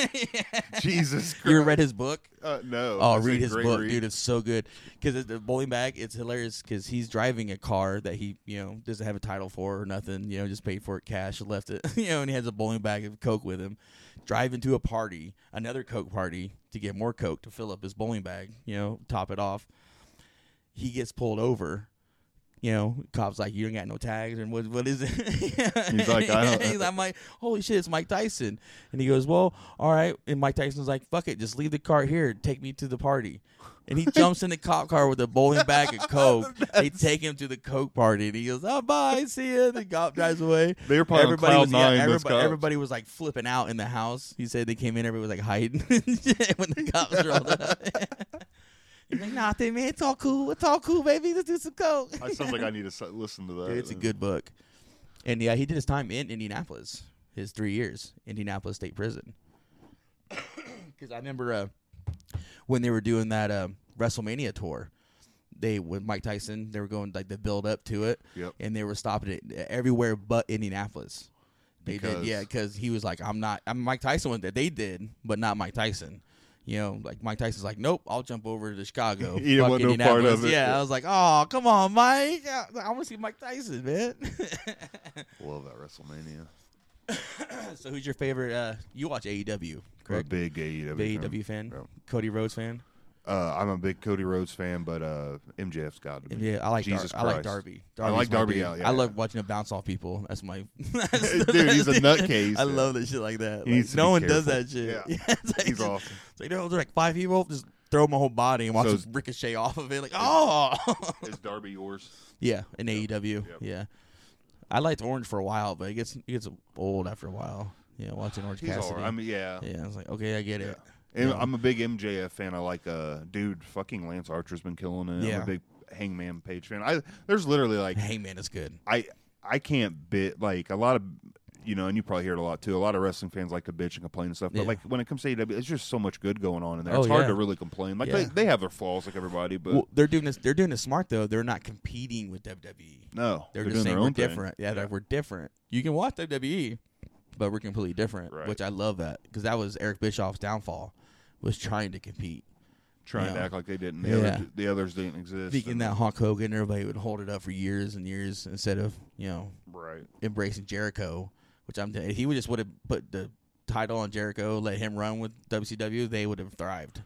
Speaker 1: Yeah.
Speaker 4: Jesus Christ.
Speaker 1: you ever read his book?
Speaker 4: Uh, no.
Speaker 1: Oh,
Speaker 4: That's a
Speaker 1: read his
Speaker 4: great
Speaker 1: book,
Speaker 4: read.
Speaker 1: dude. It's so good. Because the bowling bag, it's hilarious because he's driving a car that he, you know, doesn't have a title for or nothing. You know, just paid for it cash, left it, you know, and he has a bowling bag of coke with him. Driving to a party, another coke party, to get more coke to fill up his bowling bag. You know, top it off. He gets pulled over. You know, cops like you ain't got no tags and what what is it? he's
Speaker 4: like, "I don't-
Speaker 1: he's like, Mike, holy shit, it's Mike Tyson. And he goes, well, all right. And Mike Tyson's like, fuck it, just leave the car here, take me to the party. And he jumps in the cop car with a bowling bag of coke. they take him to the coke party, and he goes, "Oh, bye, see ya." The cop drives away.
Speaker 4: They were probably on cloud
Speaker 1: was
Speaker 4: nine,
Speaker 1: yeah,
Speaker 4: those
Speaker 1: everybody,
Speaker 4: cops.
Speaker 1: everybody was like flipping out in the house. He said they came in, everybody was like hiding when the cops rolled up. He's like, "Nah, dude, man, it's all cool. It's all cool, baby. Let's do some coke."
Speaker 4: That sounds like I need to s- listen to that.
Speaker 1: Dude, it's a good book. And yeah, he did his time in Indianapolis, his three years, Indianapolis State Prison. Because I remember uh, when they were doing that uh, WrestleMania tour, they with Mike Tyson, they were going like the build up to it,
Speaker 4: Yep.
Speaker 1: and they were stopping it everywhere but Indianapolis. They did,
Speaker 4: Because-
Speaker 1: yeah, because he was like, "I'm not." I mean, Mike Tyson was that they did, but not Mike Tyson. You know, like Mike Tyson's like, "Nope, I'll jump over to Chicago."
Speaker 4: He didn't
Speaker 1: Fuck
Speaker 4: want no part of
Speaker 1: Indianapolis."
Speaker 4: it.
Speaker 1: Yeah, I was like, "Oh, come on, Mike! I want to see Mike Tyson, man."
Speaker 4: Love that WrestleMania.
Speaker 1: so, who's your favorite? Uh, you watch AEW,
Speaker 4: I'm a
Speaker 1: correct?
Speaker 4: big AEW.
Speaker 1: Big
Speaker 4: fan.
Speaker 1: AEW fan,
Speaker 4: Yeah.
Speaker 1: Cody Rhodes fan.
Speaker 4: Uh, I'm a big Cody Rhodes fan, but uh, MJF's got to be.
Speaker 1: Yeah, I like Dar-
Speaker 4: Jesus
Speaker 1: I like
Speaker 4: Christ.
Speaker 1: Darby.
Speaker 4: I like
Speaker 1: Darby's my
Speaker 4: Darby,
Speaker 1: dude.
Speaker 4: yeah, yeah,
Speaker 1: I love
Speaker 4: yeah.
Speaker 1: watching him bounce off people. That's my
Speaker 4: Dude, he's a nutcase,
Speaker 1: I
Speaker 4: man.
Speaker 1: love that shit like that.
Speaker 4: He
Speaker 1: Like,
Speaker 4: needs to
Speaker 1: no
Speaker 4: be
Speaker 1: one does
Speaker 4: careful.
Speaker 1: that shit.
Speaker 4: Yeah.
Speaker 1: it's like,
Speaker 4: He's awesome.
Speaker 1: It's like there's like five people just throw my whole body and watch
Speaker 4: So
Speaker 1: them
Speaker 4: is-
Speaker 1: ricochet off of it. Like oh
Speaker 4: Is Darby yours?
Speaker 1: yeah, in AEW.
Speaker 4: yep.
Speaker 1: Yeah, I liked Orange for a while, but it gets it gets old after a while. Yeah, watching Orange
Speaker 4: He's all
Speaker 1: Cassidy.
Speaker 4: right. I mean, yeah.
Speaker 1: yeah, I was like, okay, I get it.
Speaker 4: And
Speaker 1: Yeah.
Speaker 4: I'm a big MJF fan. I like, uh, dude, fucking Lance Archer's been killing it. I'm
Speaker 1: Yeah.
Speaker 4: a big Hangman Page fan. I there's literally like
Speaker 1: Hangman is good.
Speaker 4: I I can't bit like a lot of you know, and you probably hear it a lot too. A lot of wrestling fans like to bitch and complain and stuff, but
Speaker 1: Yeah.
Speaker 4: like when it comes to AEW, it's just so much good going on in there.
Speaker 1: Oh,
Speaker 4: it's hard
Speaker 1: yeah.
Speaker 4: to really complain. Like they,
Speaker 1: Yeah.
Speaker 4: they have their flaws, like everybody, but
Speaker 1: Well, they're doing this. They're doing this smart though. They're not competing with WWE.
Speaker 4: no,
Speaker 1: They're,
Speaker 4: they're,
Speaker 1: just saying
Speaker 4: doing their
Speaker 1: we're
Speaker 4: own thing.
Speaker 1: different. Yeah, like we're different. You can watch WWE, but we're completely different,
Speaker 4: Right.
Speaker 1: which I love that because that was Eric Bischoff's downfall was trying to compete.
Speaker 4: Trying to
Speaker 1: Yeah.
Speaker 4: act like they didn't. The,
Speaker 1: Yeah.
Speaker 4: other, the others didn't exist.
Speaker 1: Thinking
Speaker 4: and-
Speaker 1: that Hulk Hogan, everybody would hold it up for years and years instead of you know
Speaker 4: right?
Speaker 1: embracing Jericho, which I'm. He would just would have put the title on Jericho, let him run with WCW. They would have thrived.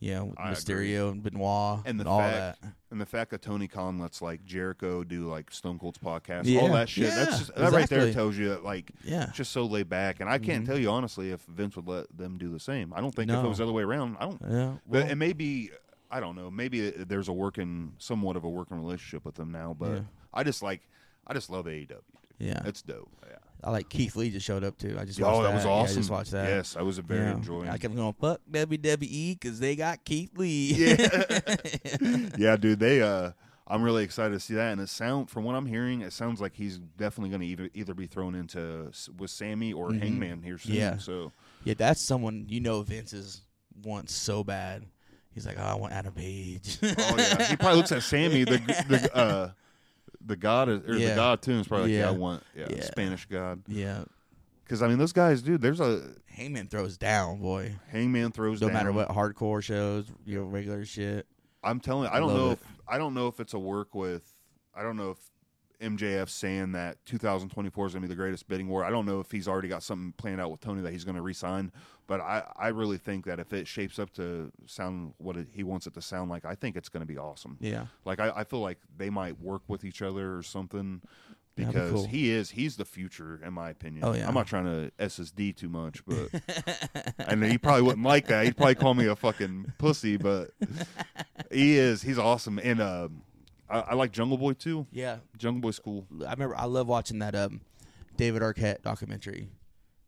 Speaker 1: You know, with
Speaker 4: I agree.
Speaker 1: Mysterio and Benoit
Speaker 4: And the
Speaker 1: all
Speaker 4: fact-
Speaker 1: that.
Speaker 4: And the fact that Tony Khan lets like Jericho do like Stone Cold's podcast, all
Speaker 1: Yeah.
Speaker 4: that shit.
Speaker 1: Yeah,
Speaker 4: that's just, that right there
Speaker 1: exactly.
Speaker 4: tells you that like
Speaker 1: Yeah.
Speaker 4: it's just so laid back. And I can't
Speaker 1: Mhm.
Speaker 4: tell you honestly if Vince would let them do the same. I don't think if
Speaker 1: No.
Speaker 4: it was the other way around, I don't.
Speaker 1: Yeah.
Speaker 4: But
Speaker 1: well-
Speaker 4: it may be, I don't know. Maybe there's a working, somewhat of a working relationship with them now. But
Speaker 1: Yeah.
Speaker 4: I just like, I just love AEW. Dude.
Speaker 1: yeah.
Speaker 4: That's dope. Yeah.
Speaker 1: I like Keith Lee just showed up too. I just watched
Speaker 4: Oh, that was
Speaker 1: Yeah,
Speaker 4: awesome.
Speaker 1: I just watched that.
Speaker 4: Yes, I was very
Speaker 1: Yeah.
Speaker 4: enjoying.
Speaker 1: I kept going fuck WWE because they got Keith Lee.
Speaker 4: Yeah. yeah, dude. They. uh I'm really excited to see that. And it sound, from what I'm hearing, it sounds like he's definitely going to either either be thrown into s- with Sammy or
Speaker 1: Mhm.
Speaker 4: Hangman here soon.
Speaker 1: Yeah.
Speaker 4: So
Speaker 1: Yeah, that's someone you know Vince is wants so bad. He's like, oh, I want Adam Page.
Speaker 4: Oh yeah, he probably looks at Sammy, the the uh, the god is, or the
Speaker 1: Yeah.
Speaker 4: god too. and It's probably like, yeah,
Speaker 1: Yeah.
Speaker 4: I want yeah,
Speaker 1: Yeah.
Speaker 4: Spanish god.
Speaker 1: yeah.
Speaker 4: Because I mean, those guys, dude. There's a
Speaker 1: Heyman throws down, boy.
Speaker 4: Hangman throws
Speaker 1: No
Speaker 4: down.
Speaker 1: matter what, hardcore shows, you know, regular shit.
Speaker 4: I'm telling. I don't
Speaker 1: Love
Speaker 4: know.
Speaker 1: it.
Speaker 4: If, I don't know if it's a work with. I don't know if MJF saying that 2024 is going to be the greatest bidding war. I don't know if he's already got something planned out with Tony that he's going to resign. But I, I really think that if it shapes up to sound what it, he wants it to sound like, I think it's going to be awesome.
Speaker 1: Yeah.
Speaker 4: Like I, I feel like they might work with each other or something
Speaker 1: That'd be
Speaker 4: because
Speaker 1: cool.
Speaker 4: he is he's the future in my opinion.
Speaker 1: Oh, yeah.
Speaker 4: I'm not trying to SSD too much, but and he probably wouldn't like that. He'd probably call me a fucking pussy, but he is he's awesome. And uh, I, I like Jungle Boy too.
Speaker 1: Yeah.
Speaker 4: Jungle Boy's cool.
Speaker 1: I remember I love watching that um David Arquette documentary.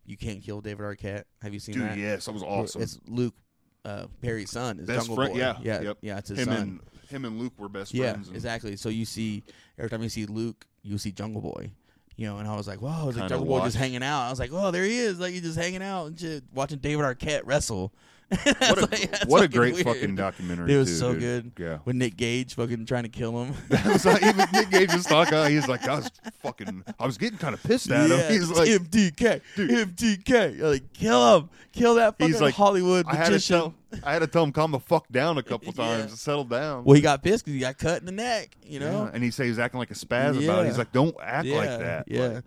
Speaker 1: You can't kill David Arquette. Have you seen
Speaker 4: Dude,
Speaker 1: that?
Speaker 4: yes, that was awesome.
Speaker 1: It's Luke uh, Perry's son. Is
Speaker 4: best
Speaker 1: Jungle
Speaker 4: friend,
Speaker 1: Boy.
Speaker 4: yeah,
Speaker 1: yeah,
Speaker 4: yep.
Speaker 1: yeah. It's his
Speaker 4: him
Speaker 1: son.
Speaker 4: and him and Luke were best
Speaker 1: yeah,
Speaker 4: friends. and-
Speaker 1: exactly. So you see every time you see Luke, you see Jungle Boy. You know, and I was like, "Whoa!" It's like
Speaker 4: Kinda
Speaker 1: Jungle Boy just
Speaker 4: watch.
Speaker 1: hanging out. I was like, "Oh, there he is!" Like he's just hanging out and shit, watching David Arquette wrestle.
Speaker 4: What a, what a great
Speaker 1: fucking
Speaker 4: fucking
Speaker 1: weird.
Speaker 4: documentary.
Speaker 1: It was
Speaker 4: too,
Speaker 1: so
Speaker 4: dude.
Speaker 1: good.
Speaker 4: Yeah.
Speaker 1: With Nick Gage fucking trying to kill him.
Speaker 4: That was not even Nick Gage was talking. about- He's like, I was fucking, I was getting kind of pissed at him. He's like,
Speaker 1: MDK, MDK. You're like, kill him, kill that fucking
Speaker 4: He's like,
Speaker 1: Hollywood
Speaker 4: I had to
Speaker 1: magician.
Speaker 4: tell, I had to tell him calm the fuck down a couple
Speaker 1: Yeah.
Speaker 4: times, to settle down.
Speaker 1: Well, he got pissed because he got cut in the neck. You know,
Speaker 4: Yeah, and he said he's acting like a spaz about it.
Speaker 1: Yeah.
Speaker 4: He's like, don't act
Speaker 1: yeah,
Speaker 4: like that.
Speaker 1: Yeah,
Speaker 4: Like,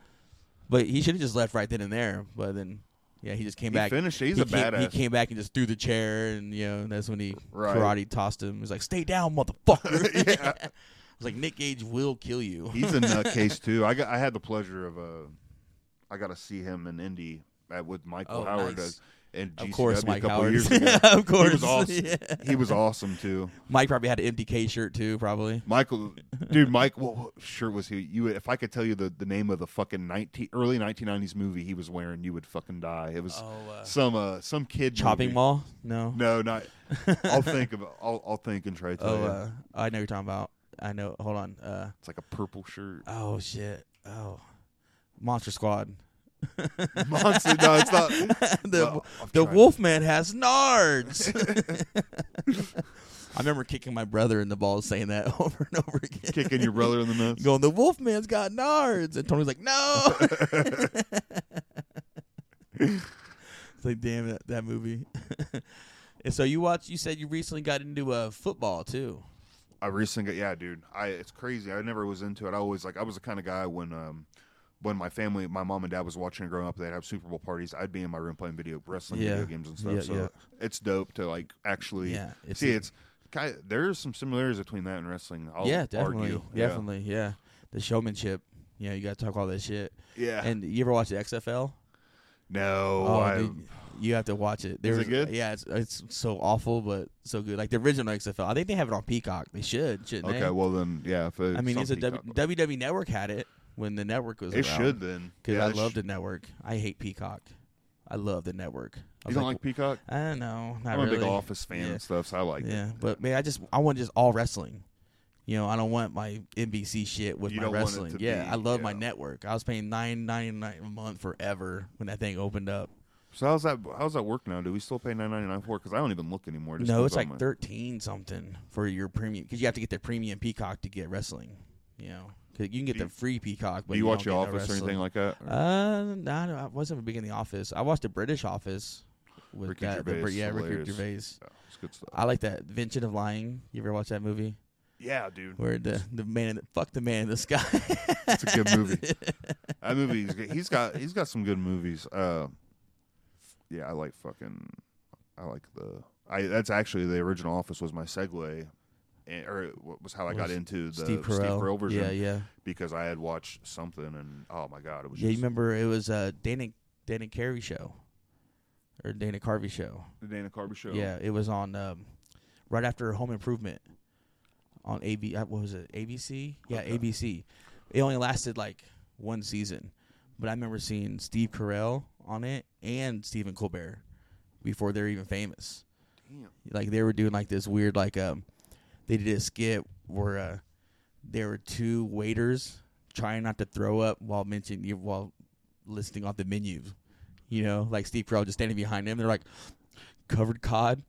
Speaker 1: but he should have just left right then and there. But then, yeah, he just came
Speaker 4: He
Speaker 1: back.
Speaker 4: finished it. He's
Speaker 1: he
Speaker 4: a
Speaker 1: came, He
Speaker 4: badass.
Speaker 1: came back and just threw the chair, and you know that's when he
Speaker 4: Right.
Speaker 1: karate tossed him. He was like, "Stay down, motherfucker."
Speaker 4: Yeah.
Speaker 1: I was like, "Nick Gage will kill you."
Speaker 4: he's a nutcase too. I got, I had the pleasure of, uh, I got to see him in Indy at, with Michael
Speaker 1: Oh,
Speaker 4: Howard.
Speaker 1: nice.
Speaker 4: uh, And
Speaker 1: Of
Speaker 4: GCW
Speaker 1: course,
Speaker 4: a
Speaker 1: Mike
Speaker 4: couple
Speaker 1: Howard.
Speaker 4: years ago.
Speaker 1: Of
Speaker 4: he
Speaker 1: course,
Speaker 4: was awesome.
Speaker 1: yeah.
Speaker 4: He was awesome too.
Speaker 1: Mike probably had an MDK shirt too, probably.
Speaker 4: Michael, dude, Mike, what, what shirt was he? You, if I could tell you the, the name of the fucking nineteen early nineteen nineties movie he was wearing, you would fucking die. It was
Speaker 1: Oh, uh,
Speaker 4: some uh some kid
Speaker 1: Chopping
Speaker 4: movie.
Speaker 1: Mall? No.
Speaker 4: No, not. I'll think of. I'll I'll think and try to. Tell
Speaker 1: Oh,
Speaker 4: you.
Speaker 1: uh, I know what you're talking about. I know. Hold on. Uh,
Speaker 4: it's like a purple shirt.
Speaker 1: oh shit. Oh, Monster Squad.
Speaker 4: Monster. no, it's not.
Speaker 1: the
Speaker 4: Well, I'm
Speaker 1: the
Speaker 4: trying to-
Speaker 1: Wolfman has nards. I remember kicking my brother in the balls saying that over and over again.
Speaker 4: Kicking your brother in the nuts.
Speaker 1: Going, the Wolfman's got nards, and Tony's like, no. it's like, damn that that movie. and so you watched. You said you recently got into uh, football too.
Speaker 4: I recently got yeah, dude. I it's crazy. I never was into it. I always like I was the kind of guy when um when my family, my mom and dad was watching it growing up, they'd have Super Bowl parties. I'd be in my room playing video wrestling
Speaker 1: Yeah.
Speaker 4: video games and stuff.
Speaker 1: Yeah,
Speaker 4: so
Speaker 1: yeah.
Speaker 4: it's dope to like actually
Speaker 1: Yeah, it's- e
Speaker 4: see. It's kind there's some similarities between that and wrestling. I'll
Speaker 1: yeah, definitely,
Speaker 4: argue.
Speaker 1: definitely, yeah. The showmanship. You know, you got to talk all that shit.
Speaker 4: Yeah.
Speaker 1: And you ever watch the XFL?
Speaker 4: No, Ah. Oh, I
Speaker 1: Oh, dude, you have to watch it. There's,
Speaker 4: it good?
Speaker 1: Yeah, it's, it's so awful, but so good. Like the original XFL. I think they have it on Peacock. They should, shouldn't
Speaker 4: okay.
Speaker 1: they?
Speaker 4: Well then, yeah. If it's
Speaker 1: I mean,
Speaker 4: on
Speaker 1: it's a w,
Speaker 4: Peacock,
Speaker 1: WWE Network had it when the network was.
Speaker 4: It
Speaker 1: around.
Speaker 4: should then
Speaker 1: because
Speaker 4: yeah,
Speaker 1: I
Speaker 4: it sh-
Speaker 1: loved the network. I hate Peacock. I love the network. I
Speaker 4: You
Speaker 1: was
Speaker 4: don't like Peacock?
Speaker 1: I don't know. Not
Speaker 4: I'm a
Speaker 1: really.
Speaker 4: big Office fan
Speaker 1: Yeah.
Speaker 4: and stuff, so I like it.
Speaker 1: Yeah, but man, I just I want just all wrestling. You know, I don't want my NBC shit with
Speaker 4: You
Speaker 1: my
Speaker 4: don't want it
Speaker 1: wrestling.
Speaker 4: to
Speaker 1: Yeah,
Speaker 4: be-
Speaker 1: I love my
Speaker 4: yeah.
Speaker 1: network. I was paying nine ninety nine a month forever when that thing opened up.
Speaker 4: So how's that? How's that work now? Do we still pay nine ninety nine for it? Because I don't even look anymore. It just
Speaker 1: No,
Speaker 4: comes
Speaker 1: it's
Speaker 4: on
Speaker 1: like
Speaker 4: my-
Speaker 1: thirteen something for your premium because you have to get the premium Peacock to get wrestling. You know, 'Cause you can get
Speaker 4: Do
Speaker 1: the free Peacock. But
Speaker 4: Do you, watch The
Speaker 1: don't get no
Speaker 4: Office or
Speaker 1: wrestling.
Speaker 4: anything like that? Or-
Speaker 1: Uh, no, I don't- I wasn't big in the Office. I watched the British Office with
Speaker 4: Ricky
Speaker 1: that. the Brit-
Speaker 4: Gervais,
Speaker 1: yeah, Ricky
Speaker 4: hilarious.
Speaker 1: Gervais.
Speaker 4: Yeah, it's good stuff.
Speaker 1: I like that Invention of Lying. You ever watch that movie?
Speaker 4: yeah, dude,
Speaker 1: Where the the man in the, fuck the man in the sky.
Speaker 4: it's a good movie. that movie, he's, he's got he's got some good movies. Uh, yeah, I like fucking, I like the. I that's actually the original Office was my segue, and, or it was how I got
Speaker 1: Was
Speaker 4: into the
Speaker 1: Steve Carell.
Speaker 4: version
Speaker 1: yeah, yeah,
Speaker 4: because I had watched something and oh my god, it was
Speaker 1: yeah. You
Speaker 4: just
Speaker 1: remember it was uh, Dana Dana Carey show or Dana Carvey show.
Speaker 4: the Dana Carvey show.
Speaker 1: Yeah, it was on um, right after Home Improvement on AB. uh, What was it? ABC. Yeah,
Speaker 4: Okay.
Speaker 1: ABC. It only lasted like one season, but I remember seeing Steve Carell on it and Stephen Colbert before they're even famous.
Speaker 4: Damn.
Speaker 1: like they were doing like this weird like um they did a skit where uh there were two waiters trying not to throw up while mentioning while listing off the menus you know like steve carell just standing behind them they're like covered cod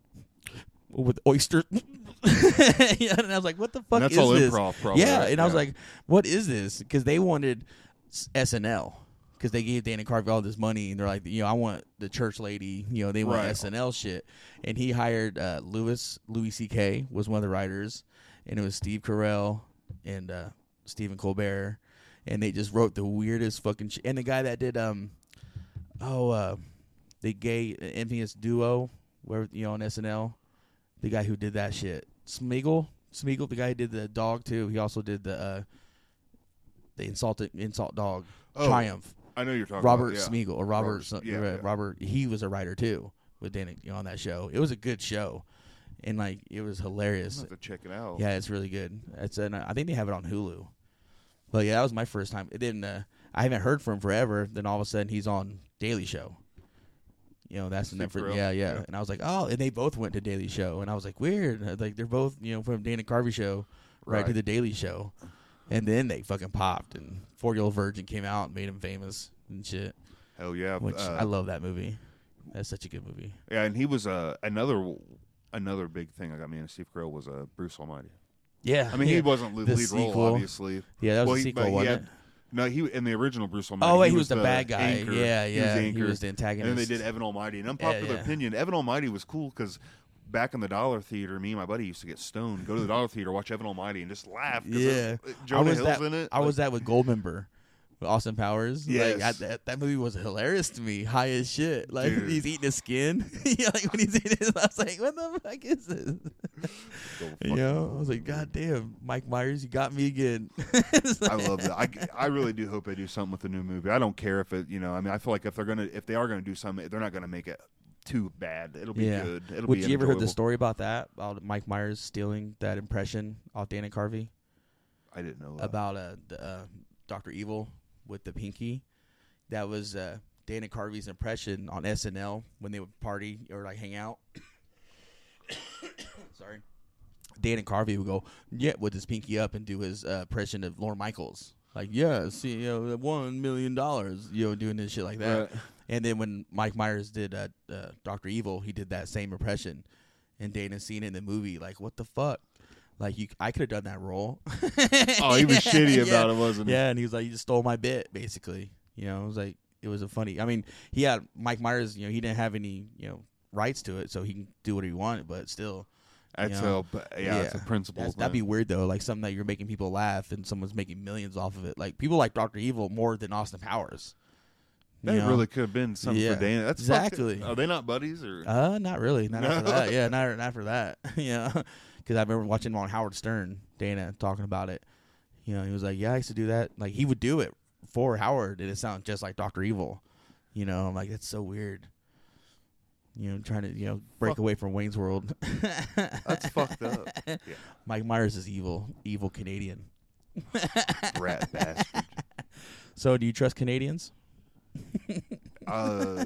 Speaker 1: with oyster yeah, and i was like what the fuck
Speaker 4: And that's
Speaker 1: is
Speaker 4: all
Speaker 1: this
Speaker 4: improv, probably.
Speaker 1: yeah
Speaker 4: right?
Speaker 1: and i was like what is this because they wanted s- snl because they gave Dan and Carvey all this money, and they're like, you know, I want the church lady, you know, they want
Speaker 4: Right.
Speaker 1: SNL shit, and he hired uh, Lewis Louis C.K. was one of the writers, and it was Steve Carell and uh, Stephen Colbert, and they just wrote the weirdest fucking shit. And the guy that did um, oh, uh, the gay uh, infamous duo where you know on SNL, the guy who did that shit, Smeagol, Smeagol, the guy who did the dog too. He also did the uh, the insulted insult dog
Speaker 4: Oh,
Speaker 1: triumph.
Speaker 4: I know you're talking
Speaker 1: Robert
Speaker 4: about, yeah.
Speaker 1: Smeagol or Robert
Speaker 4: Robert-
Speaker 1: some-
Speaker 4: yeah,
Speaker 1: uh,
Speaker 4: yeah.
Speaker 1: Robert he was a writer too with Danny you know, on that show. It was a good show, and like it was
Speaker 4: I'm
Speaker 1: hilarious.
Speaker 4: gonna have to check it out.
Speaker 1: Yeah, it's really good. It's and I think they have it on Hulu. But yeah, that was my first time. It didn't. Uh, I haven't heard from him forever. Then all of a sudden he's on Daily Show. You know that's the
Speaker 4: Steve
Speaker 1: different.
Speaker 4: Carell,
Speaker 1: Yeah, yeah,
Speaker 4: yeah.
Speaker 1: And I was like, oh, and they both went to Daily Uh, Show, and I was like, weird. Like they're both you know from Dana Carvey show right, to
Speaker 4: Right.
Speaker 1: the Daily Show. And then they fucking popped, and Four Year Old Virgin came out and made him famous and shit.
Speaker 4: Hell yeah.
Speaker 1: Which
Speaker 4: uh,
Speaker 1: I love that movie. That's such a good movie.
Speaker 4: Yeah, and he was uh, another another big thing I got me and Steve Carell was uh, Bruce Almighty.
Speaker 1: Yeah,
Speaker 4: I mean,
Speaker 1: yeah.
Speaker 4: he wasn't the,
Speaker 1: The
Speaker 4: lead
Speaker 1: sequel.
Speaker 4: role, obviously.
Speaker 1: Yeah, that was
Speaker 4: well,
Speaker 1: a
Speaker 4: he-
Speaker 1: sequel,
Speaker 4: but he
Speaker 1: wasn't
Speaker 4: had-
Speaker 1: it?
Speaker 4: No, he in the original Bruce Almighty.
Speaker 1: Oh wait, he, was,
Speaker 4: was,
Speaker 1: the, bad guy.
Speaker 4: anchor.
Speaker 1: Yeah,
Speaker 4: He was
Speaker 1: yeah.
Speaker 4: the
Speaker 1: He was,
Speaker 4: anchor.
Speaker 1: the
Speaker 4: and
Speaker 1: antagonist.
Speaker 4: then they did Evan Almighty. And unpopular
Speaker 1: yeah.
Speaker 4: opinion, Evan Almighty was cool because back in the dollar theater, me and my buddy used to get stoned, go to the dollar theater, watch Evan Almighty, and just laugh. 'cause
Speaker 1: Yeah,
Speaker 4: it- Jonah
Speaker 1: I was
Speaker 4: Hill's
Speaker 1: that,
Speaker 4: in it.
Speaker 1: I was that with Goldmember, with Austin Powers. like, I,
Speaker 4: Yes.
Speaker 1: that, that movie was hilarious to me, high as shit. Like
Speaker 4: Dude.
Speaker 1: he's eating his skin. yeah, like when he's eating, his, I was like, what the fuck is this?
Speaker 4: Go
Speaker 1: You
Speaker 4: fuck
Speaker 1: know, I was like, God damn, Mike Myers, you got me again.
Speaker 4: I love that. I, I really do hope they do something with the new movie. I don't care if it, you know, I mean, I feel like if they're gonna, if they are gonna do something, they're not gonna make it too bad. It'll be
Speaker 1: Yeah.
Speaker 4: good. It'll
Speaker 1: Would
Speaker 4: be.
Speaker 1: you ever heard the
Speaker 4: enjoyable.
Speaker 1: story about that? About Mike Myers stealing that impression off Dana Carvey?
Speaker 4: I didn't know that.
Speaker 1: about uh, the, uh, Doctor Evil with the pinky. That was uh, Dana Carvey's impression on SNL when they would party or like hang out. Sorry, Dana Carvey would go yeah with his pinky up and do his uh, impression of Lorne Michaels. Like yeah, see, you know, one million dollars, you know, doing this shit like that.
Speaker 4: Right.
Speaker 1: And then when Mike Myers did uh, uh, Doctor Evil, he did that same impression, and Dana seen it in the movie. Like what the fuck? Like you, I could have done that role.
Speaker 4: Oh, he was shitty about
Speaker 1: yeah.
Speaker 4: it, wasn't he?
Speaker 1: Yeah, and he was like, "You just stole my bit," basically. You know, it was like it was a funny. I mean, he had Mike Myers. You know, he didn't have any you know rights to it, so he can do what he wanted. But still,
Speaker 4: That's
Speaker 1: Yeah.
Speaker 4: how. but yeah, it's a
Speaker 1: Yeah.
Speaker 4: principle.
Speaker 1: that's, that'd be
Speaker 4: man.
Speaker 1: weird though. Like something that you're making people laugh, and someone's making millions off of it. Like people like Doctor Evil more than Austin Powers. you
Speaker 4: That
Speaker 1: know?
Speaker 4: really could have been something
Speaker 1: Yeah.
Speaker 4: for Dana. That's fucked-
Speaker 1: Exactly.
Speaker 4: Are they not buddies or?
Speaker 1: Uh, not really. Not after
Speaker 4: No.
Speaker 1: that. Yeah, not not for that. yeah, because I remember watching him on Howard Stern, Dana talking about it. You know, he was like, "Yeah, I used to do that." Like he would do it for Howard, and it sounded just like Doctor Evil. You know, I'm like, that's so weird. You know, trying to you know break
Speaker 4: Fuck.
Speaker 1: away from Wayne's World.
Speaker 4: that's fucked up. Yeah,
Speaker 1: Mike Myers is evil, evil Canadian.
Speaker 4: rat bastard.
Speaker 1: So, do you trust Canadians?
Speaker 4: Uh,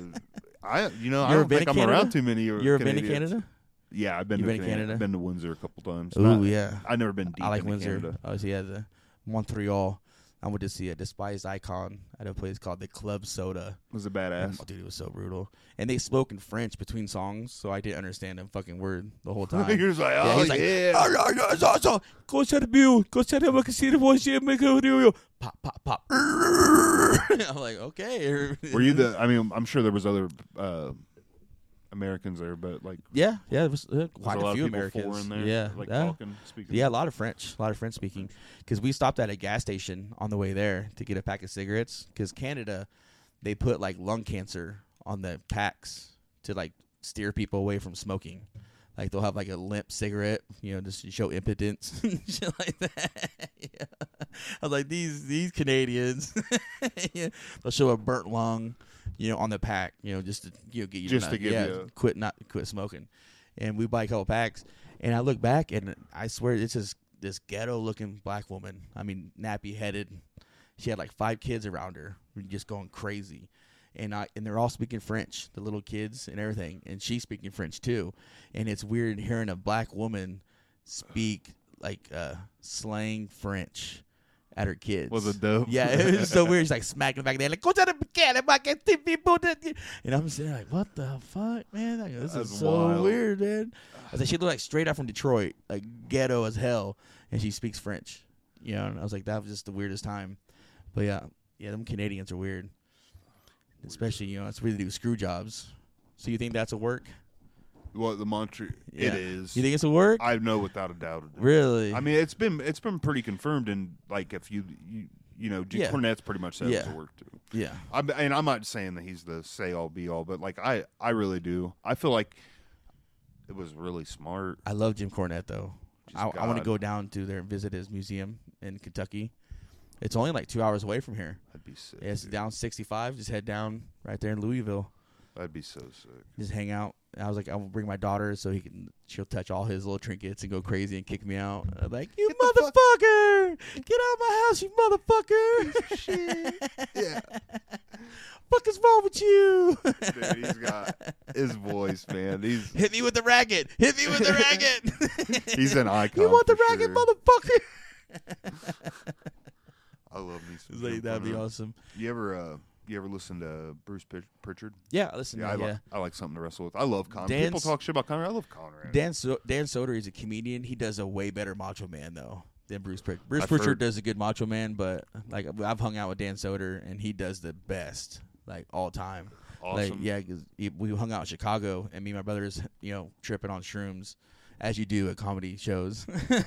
Speaker 4: I, you know, I
Speaker 1: You ever
Speaker 4: don't
Speaker 1: been
Speaker 4: think
Speaker 1: to
Speaker 4: I'm
Speaker 1: Canada?
Speaker 4: around too many.
Speaker 1: You ever been to
Speaker 4: Canadians.
Speaker 1: Canada?
Speaker 4: Yeah, I've been
Speaker 1: You
Speaker 4: to
Speaker 1: been to Canada?
Speaker 4: I've been to Windsor a couple times.
Speaker 1: Ooh,
Speaker 4: Not-
Speaker 1: yeah.
Speaker 4: I've never been deep
Speaker 1: I like
Speaker 4: into
Speaker 1: Windsor.
Speaker 4: Canada.
Speaker 1: Oh, so yeah, the Montreal. I went to see a despised icon at a place called the Club Soda.
Speaker 4: It was a
Speaker 1: Oh,
Speaker 4: badass.
Speaker 1: dude, it was so brutal. And they spoke in French between songs, so I didn't understand a fucking word the whole time.
Speaker 4: He was like,
Speaker 1: Yeah,
Speaker 4: oh
Speaker 1: he's
Speaker 4: yeah,
Speaker 1: like, "Ah, ah, ah, ah, ah, ah, concertbil, concertbil, concertbil, concertbil." Pop, pop, pop. I'm like, okay.
Speaker 4: Were you the? I mean, I'm sure there was other uh, Americans there, but like,
Speaker 1: Yeah, yeah. It was, uh,
Speaker 4: was
Speaker 1: quite
Speaker 4: a lot
Speaker 1: few
Speaker 4: of people
Speaker 1: Americans.
Speaker 4: foreign there.
Speaker 1: Yeah,
Speaker 4: like
Speaker 1: yeah.
Speaker 4: talking, speaking.
Speaker 1: Yeah, a lot of French, a lot of French speaking. Because we stopped at a gas station on the way there to get a pack of cigarettes. Because Canada, they put like lung cancer on the packs to like steer people away from smoking. Like they'll have like a limp cigarette, you know, just to show impotence, and shit like that. Yeah. I was like, these these Canadians, yeah. they'll show a burnt lung, you know, on the pack, you know, just to you know get you
Speaker 4: Just
Speaker 1: not-
Speaker 4: to give
Speaker 1: yeah,
Speaker 4: you a-
Speaker 1: quit not quit smoking. And we buy a couple packs, and I look back and I swear it's this this ghetto looking black woman. I mean, nappy headed. She had like five kids around her, who were just going crazy. And I and they're all speaking French, the little kids and everything, and she's speaking French too. And it's weird hearing a black woman speak like uh, slang French at her kids.
Speaker 4: Was it dope?
Speaker 1: Yeah, it was so weird. She's like smacking the back of the head, like go to the mechanic, I can see people that you-" And I'm sitting there like, what the fuck, man? Like, this
Speaker 4: That's
Speaker 1: is so
Speaker 4: wild.
Speaker 1: weird, man. I was like, she looked like straight out from Detroit, like ghetto as hell, and she speaks French. You know, and I was like, that was just the weirdest time. But yeah, yeah, them Canadians are weird, especially you know, that's where they do screw jobs. So you think that's a work?
Speaker 4: Well, the Montreal.
Speaker 1: Yeah.
Speaker 4: It is.
Speaker 1: You think it's a work?
Speaker 4: I know without a doubt. It is.
Speaker 1: really?
Speaker 4: I mean, it's been it's been pretty confirmed, and like if you you you know, G-
Speaker 1: Yeah.
Speaker 4: Cornette's pretty much said
Speaker 1: Yeah.
Speaker 4: to work too.
Speaker 1: yeah.
Speaker 4: I'm, and I'm not saying that he's the say all be all, but like I I really do. I feel like it was really smart.
Speaker 1: I love Jim Cornette though.
Speaker 4: Just
Speaker 1: I, I want to
Speaker 4: God.
Speaker 1: go down to there and visit his museum in Kentucky. It's only like two hours away from here.
Speaker 4: I'd be sick.
Speaker 1: Yeah, it's
Speaker 4: dude.
Speaker 1: down 65. Just head down right there in Louisville.
Speaker 4: I'd be so sick.
Speaker 1: Just hang out. And I was like, I'm gonna bring my daughter so he can. She'll touch all his little trinkets and go crazy and kick me out. I'm like, you motherfucker! Get out of my house, you motherfucker!
Speaker 4: Yeah,
Speaker 1: Fuck is wrong with you?
Speaker 4: dude, he's got his voice, man. He's
Speaker 1: Hit me with the racket! Hit me with the racket!
Speaker 4: he's an icon.
Speaker 1: you want the
Speaker 4: for
Speaker 1: racket,
Speaker 4: sure.
Speaker 1: motherfucker?
Speaker 4: be some
Speaker 1: Like,
Speaker 4: junk
Speaker 1: that'd be
Speaker 4: on it.
Speaker 1: awesome.
Speaker 4: You ever uh, you ever listen to Bruce Pritch- Pritchard?
Speaker 1: Yeah, listen.
Speaker 4: Yeah, I,
Speaker 1: to, yeah.
Speaker 4: Like, I like something to wrestle with. I love Conor. People
Speaker 1: Dan's-
Speaker 4: talk shit about Conor. I love Conor.
Speaker 1: Dan so- Dan Soder is a comedian. He does a way better Macho Man though than Bruce Pritchard. Bruce
Speaker 4: I've
Speaker 1: Pritchard
Speaker 4: heard-
Speaker 1: does a good Macho Man, but like I've hung out with Dan Soder and he does the best like all time. Like
Speaker 4: Awesome.
Speaker 1: yeah, 'cause he- we hung out in Chicago and me and my brothers, you know, tripping on shrooms. As you do at comedy shows, yeah,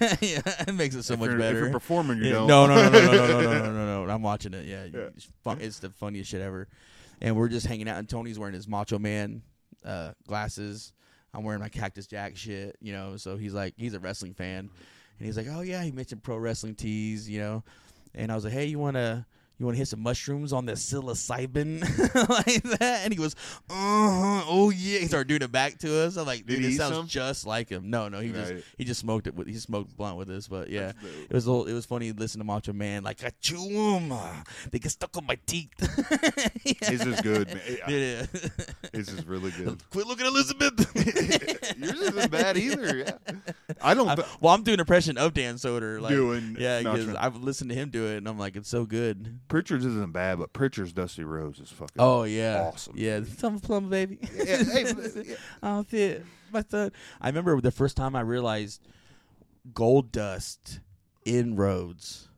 Speaker 1: it makes it so
Speaker 4: If
Speaker 1: much
Speaker 4: you're- if
Speaker 1: better.
Speaker 4: you're performing, you
Speaker 1: Yeah,
Speaker 4: don't.
Speaker 1: No, no, no, no, no, no, no, no, no, no. I'm watching it. Yeah,
Speaker 4: Yeah.
Speaker 1: It's, fun, it's the funniest shit ever. And we're just hanging out, and Tony's wearing his Macho Man uh, glasses. I'm wearing my Cactus Jack shit, you know. So he's like, he's a wrestling fan, and he's like, oh yeah, he mentioned pro wrestling tees, you know. And I was like, hey, you wanna you wanna hit some mushrooms on the psilocybin like that? And he was, uh-huh, oh yeah. He started doing it back to us. I'm like,
Speaker 4: Did
Speaker 1: dude,
Speaker 4: he
Speaker 1: this
Speaker 4: eat
Speaker 1: sounds
Speaker 4: some?
Speaker 1: just like him. No, no, he
Speaker 4: Right.
Speaker 1: just he just smoked it with he smoked blunt with us, but yeah.
Speaker 4: That's dope.
Speaker 1: It was a little, it was funny to listen to Macho Man like I chew 'em, uh, They get stuck on my teeth. yeah.
Speaker 4: His is good, man.
Speaker 1: Yeah.
Speaker 4: His is really good.
Speaker 1: Quit looking at Elizabeth.
Speaker 4: Yours isn't bad either. Yeah. I don't.
Speaker 1: I- well, I'm doing an impression of Dan Soder. Like,
Speaker 4: Doing
Speaker 1: yeah,
Speaker 4: Nacho.
Speaker 1: because I've listened to him do it, and I'm like, it's so good.
Speaker 4: Pritchard's isn't bad, but Pritchard's Dusty Rose is fucking.
Speaker 1: Oh yeah,
Speaker 4: Awesome.
Speaker 1: Yeah, some plum baby.
Speaker 4: Yeah, hey, but- yeah.
Speaker 1: Oh, fit my son. I remember the first time I realized gold dust inroads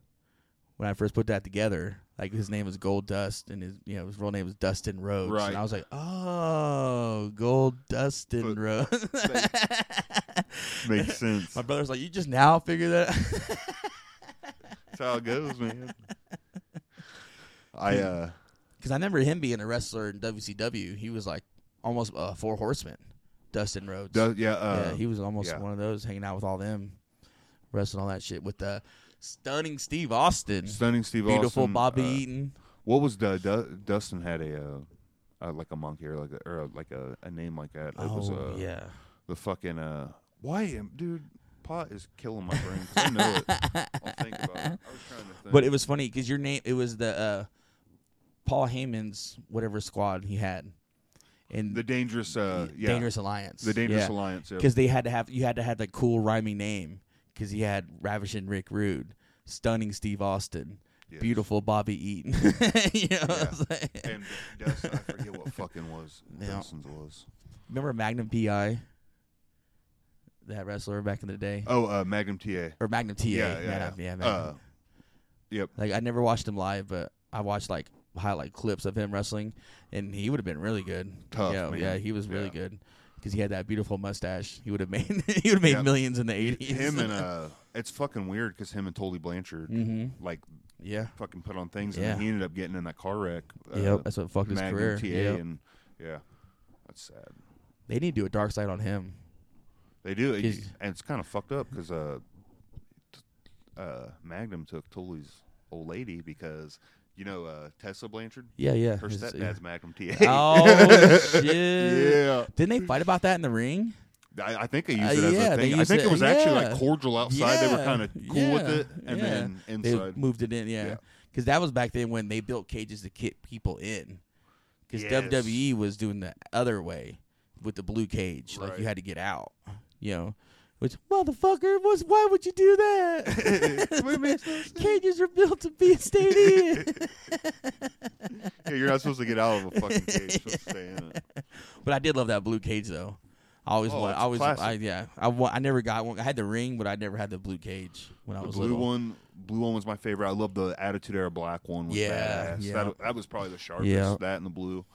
Speaker 1: when I first put that together. Like his name was Gold Dust, and his you know his real name was Dustin Rhodes.
Speaker 4: Right.
Speaker 1: And I was like, oh, Gold Dustin
Speaker 4: But-
Speaker 1: Rhodes.
Speaker 4: makes sense.
Speaker 1: My brother's like, you just now figure that. out?"
Speaker 4: That's how it goes, man. I uh,
Speaker 1: because I remember him being a wrestler in WCW. He was like almost a four horseman, Dustin Rhodes.
Speaker 4: do, yeah, uh,
Speaker 1: yeah, he was almost
Speaker 4: yeah.
Speaker 1: one of those, hanging out with all them, wrestling all that shit with the stunning Steve Austin,
Speaker 4: stunning Steve
Speaker 1: beautiful
Speaker 4: Austin,
Speaker 1: Bobby
Speaker 4: uh,
Speaker 1: Eaton.
Speaker 4: What was the Du- Dustin had a uh, uh, like a monkey or like a, or like a, a name like that? It
Speaker 1: Oh
Speaker 4: was uh,
Speaker 1: yeah,
Speaker 4: the fucking uh, why am dude pot is killing my brain. 'cause I know it. I'll think about it. I was trying to think.
Speaker 1: but it was funny because your name it was the uh, Paul Heyman's whatever squad he had, and
Speaker 4: the dangerous uh, yeah,
Speaker 1: Dangerous Alliance,
Speaker 4: the dangerous
Speaker 1: Yeah.
Speaker 4: alliance. Yeah.
Speaker 1: because they had to have you had to have that cool rhyming name because he had ravishing Rick Rude, stunning Steve Austin,
Speaker 4: Yes.
Speaker 1: beautiful Bobby Eaton. you know, what I'm saying?
Speaker 4: and Dustin, I forget what fucking was
Speaker 1: Yeah.
Speaker 4: Dustin's was.
Speaker 1: remember Magnum PI, that wrestler back in the day,
Speaker 4: Oh, uh, Magnum TA. Yeah,
Speaker 1: or Magnum TA?
Speaker 4: yeah,
Speaker 1: yeah,
Speaker 4: yeah.
Speaker 1: yeah, Magnum.
Speaker 4: Uh, yep.
Speaker 1: like I never watched him live, but I watched like highlight clips of him wrestling, and he would have been really good.
Speaker 4: Tough,
Speaker 1: yeah,
Speaker 4: man.
Speaker 1: yeah, he was really
Speaker 4: Yeah.
Speaker 1: good because he had that beautiful mustache. He would have made he would have made
Speaker 4: Yeah.
Speaker 1: millions in the eighties.
Speaker 4: Him and uh, it's fucking weird because him and Tolly Blanchard
Speaker 1: hmm
Speaker 4: like
Speaker 1: yeah,
Speaker 4: fucking put on things, and then
Speaker 1: Yeah.
Speaker 4: he ended up getting in that car wreck. Uh,
Speaker 1: yep, that's what fucked his
Speaker 4: Magnum
Speaker 1: career.
Speaker 4: TA,
Speaker 1: Yep.
Speaker 4: and yeah, that's sad.
Speaker 1: They need to do a dark side on him.
Speaker 4: They do, it-
Speaker 1: 'Cause-
Speaker 4: and it's kind of fucked up because uh, t- uh, Magnum took Tully's old lady because you know uh, Tessa Blanchard,
Speaker 1: Yeah, yeah.
Speaker 4: her
Speaker 1: his- uh,
Speaker 4: stepdad's Magnum TA.
Speaker 1: Oh shit!
Speaker 4: yeah,
Speaker 1: Didn't they fight about that in the ring?
Speaker 4: I, I think they used
Speaker 1: Uh,
Speaker 4: it as
Speaker 1: yeah,
Speaker 4: a
Speaker 1: they
Speaker 4: thing. I
Speaker 1: used
Speaker 4: think
Speaker 1: it-
Speaker 4: it was actually
Speaker 1: yeah.
Speaker 4: like cordial outside. They were
Speaker 1: Yeah,
Speaker 4: kind of cool with
Speaker 1: yeah,
Speaker 4: it, and
Speaker 1: yeah.
Speaker 4: then
Speaker 1: They
Speaker 4: inside.
Speaker 1: moved it in, yeah.
Speaker 4: Yeah.
Speaker 1: Because that was back then when they built cages to keep people in. Because
Speaker 4: Yes.
Speaker 1: WWE E was doing the other way with the blue cage, like you
Speaker 4: Right.
Speaker 1: had to get out, you know. Which motherfucker? What's why would you do
Speaker 4: Well, it
Speaker 1: that?
Speaker 4: makes no sense.
Speaker 1: Cages are built to be stayed in.
Speaker 4: Yeah, you're not supposed to get out of a fucking cage. You're supposed to stay in it.
Speaker 1: But I did love that blue cage though. I always
Speaker 4: Oh,
Speaker 1: wanted.
Speaker 4: it's
Speaker 1: I
Speaker 4: a
Speaker 1: always. I,
Speaker 4: classic.
Speaker 1: yeah. I wa- I never got one. I had the ring, but I never had the blue cage when I
Speaker 4: The
Speaker 1: was
Speaker 4: blue
Speaker 1: little.
Speaker 4: one, blue one was my favorite. I love the Attitude Era black one. Was
Speaker 1: Yeah,
Speaker 4: badass.
Speaker 1: yeah.
Speaker 4: That, that was probably the sharpest.
Speaker 1: Yeah.
Speaker 4: That and the blue.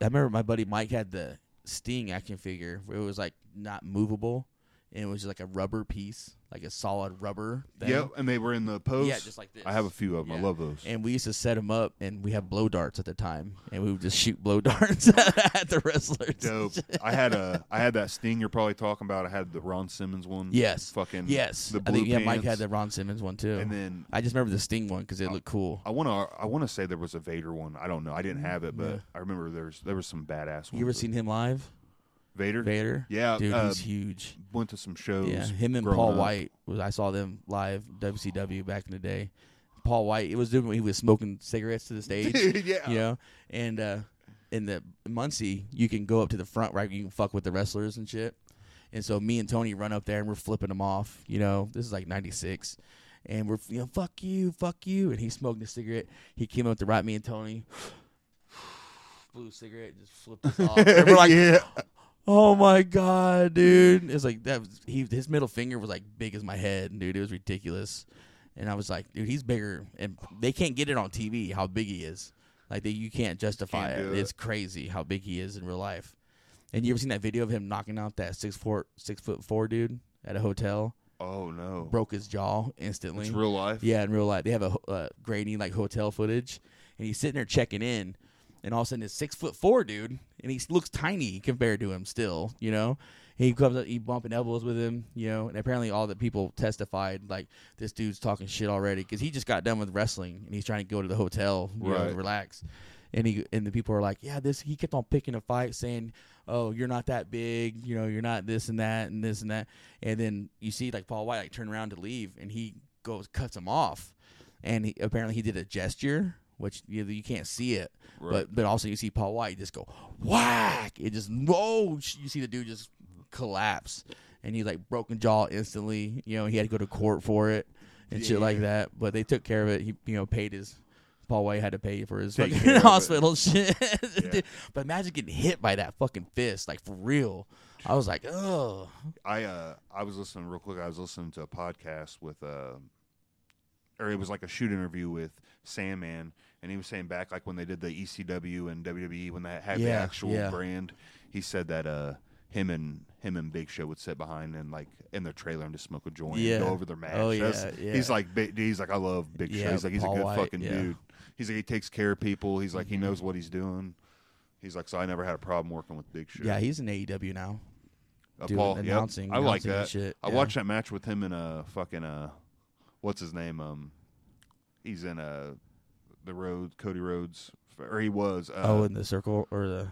Speaker 1: I remember my buddy Mike had the Sting action figure where it was like not movable and it was just like a rubber piece, like a solid rubber. Thing.
Speaker 4: Yep, and they were in the pose.
Speaker 1: Yeah, just like this.
Speaker 4: I have a few of them. I
Speaker 1: Yeah.
Speaker 4: love those.
Speaker 1: And we used to set them up, and we had blow darts at the time, and we would just shoot blow darts at the wrestlers.
Speaker 4: Dope. I had a I had that Sting you're probably talking about. I had the Ron Simmons one.
Speaker 1: Yes.
Speaker 4: Fucking
Speaker 1: Yes.
Speaker 4: The
Speaker 1: I
Speaker 4: blue
Speaker 1: think yeah, Mike had
Speaker 4: pants.
Speaker 1: the Ron Simmons one too.
Speaker 4: And then
Speaker 1: I just remember the Sting one because it looked cool.
Speaker 4: I want to I want to say there was a Vader one. I don't know. I didn't have it, but
Speaker 1: Mm-hmm. Yeah.
Speaker 4: I remember there's there was some badass ones.
Speaker 1: You ever seen him live,
Speaker 4: Vader?
Speaker 1: Vader?
Speaker 4: Yeah,
Speaker 1: Dude,
Speaker 4: uh,
Speaker 1: he's huge.
Speaker 4: went to some shows.
Speaker 1: Yeah, him and
Speaker 4: growing
Speaker 1: Paul
Speaker 4: up.
Speaker 1: White. Was, I saw them live WCW back in the day. Paul White. It was different. when He was smoking cigarettes to the stage.
Speaker 4: yeah.
Speaker 1: You know, and uh, in the Muncie, you can go up to the front, right? You can fuck with the wrestlers and shit. And so me and Tony run up there and we're flipping them off. You know, this is like '96, and we're you know fuck you, fuck you, and he smoked a cigarette. He came up to right me and Tony, blew a cigarette, just flipped us off. And we're like,
Speaker 4: yeah.
Speaker 1: oh my god, dude! It's like that. Was, he his middle finger was like big as my head, dude. It was ridiculous. And I was like, dude, he's bigger, and they can't get it on TV how big he is. Like they, you can't justify
Speaker 4: Can't
Speaker 1: it.
Speaker 4: do it.
Speaker 1: It's crazy how big he is in real life. And you ever seen that video of him knocking out that six four six foot four dude at a hotel?
Speaker 4: Oh no.
Speaker 1: Broke his jaw instantly.
Speaker 4: It's real life.
Speaker 1: Yeah, in real life, they have a ho- uh, grainy like hotel footage, and he's sitting there checking in, and all of a sudden, this six foot four dude, and he s- looks tiny compared to him still, you know. He comes up, he bumping elbows with him, you know, and apparently all the people testified like this dude's talking shit already because he just got done with wrestling and he's trying to go to the hotel, you know,
Speaker 4: Right.
Speaker 1: relax. And he and the people are like, yeah, this. He kept on picking a fight, saying, "Oh, you're not that big, you know, you're not this and that and this and that." And then you see like Paul White like turn around to leave, and he goes cuts him off, and he, apparently he did a gesture, which you, you can't see it,
Speaker 4: Right.
Speaker 1: but but also you see Paul White just go whack. It just whoa. sh- You see the dude just collapse, and he's like broken jaw instantly. You know he had to go to court for it and shit like that. But they took care of it. He you know paid his. Paul White had to pay for his
Speaker 4: Take care
Speaker 1: fucking
Speaker 4: of it.
Speaker 1: hospital shit.
Speaker 4: Yeah.
Speaker 1: But imagine getting hit by that fucking fist, like for real. I was like, oh,
Speaker 4: I uh I was listening real quick. I was listening to a podcast with uh or it was like a shoot interview with Sandman, and he was saying back like when they did the ECW and WWE when they had the
Speaker 1: Yeah,
Speaker 4: actual
Speaker 1: yeah.
Speaker 4: brand, he said that uh him and him and Big Show would sit behind and like in their trailer and just smoke a joint,
Speaker 1: Yeah.
Speaker 4: and go over their match.
Speaker 1: Oh,
Speaker 4: That's-
Speaker 1: yeah, yeah.
Speaker 4: He's like Bi- he's like I love Big
Speaker 1: Yeah,
Speaker 4: Show. He's like he's
Speaker 1: Paul
Speaker 4: a good
Speaker 1: White,
Speaker 4: fucking
Speaker 1: yeah. Mm-hmm.
Speaker 4: dude. He's like he takes care of people. He's like he knows what he's doing. He's like so I never had a problem working with Big Show.
Speaker 1: yeah, he's in AEW now.
Speaker 4: Uh,
Speaker 1: doing-
Speaker 4: Paul, yeah.
Speaker 1: announcing-
Speaker 4: I like
Speaker 1: announcing and
Speaker 4: that.
Speaker 1: shit,
Speaker 4: I
Speaker 1: yeah.
Speaker 4: watched that match with him in a fucking uh, what's his name? Um, he's in uh the road Cody Rhodes, or he was. Uh,
Speaker 1: oh, in the circle or the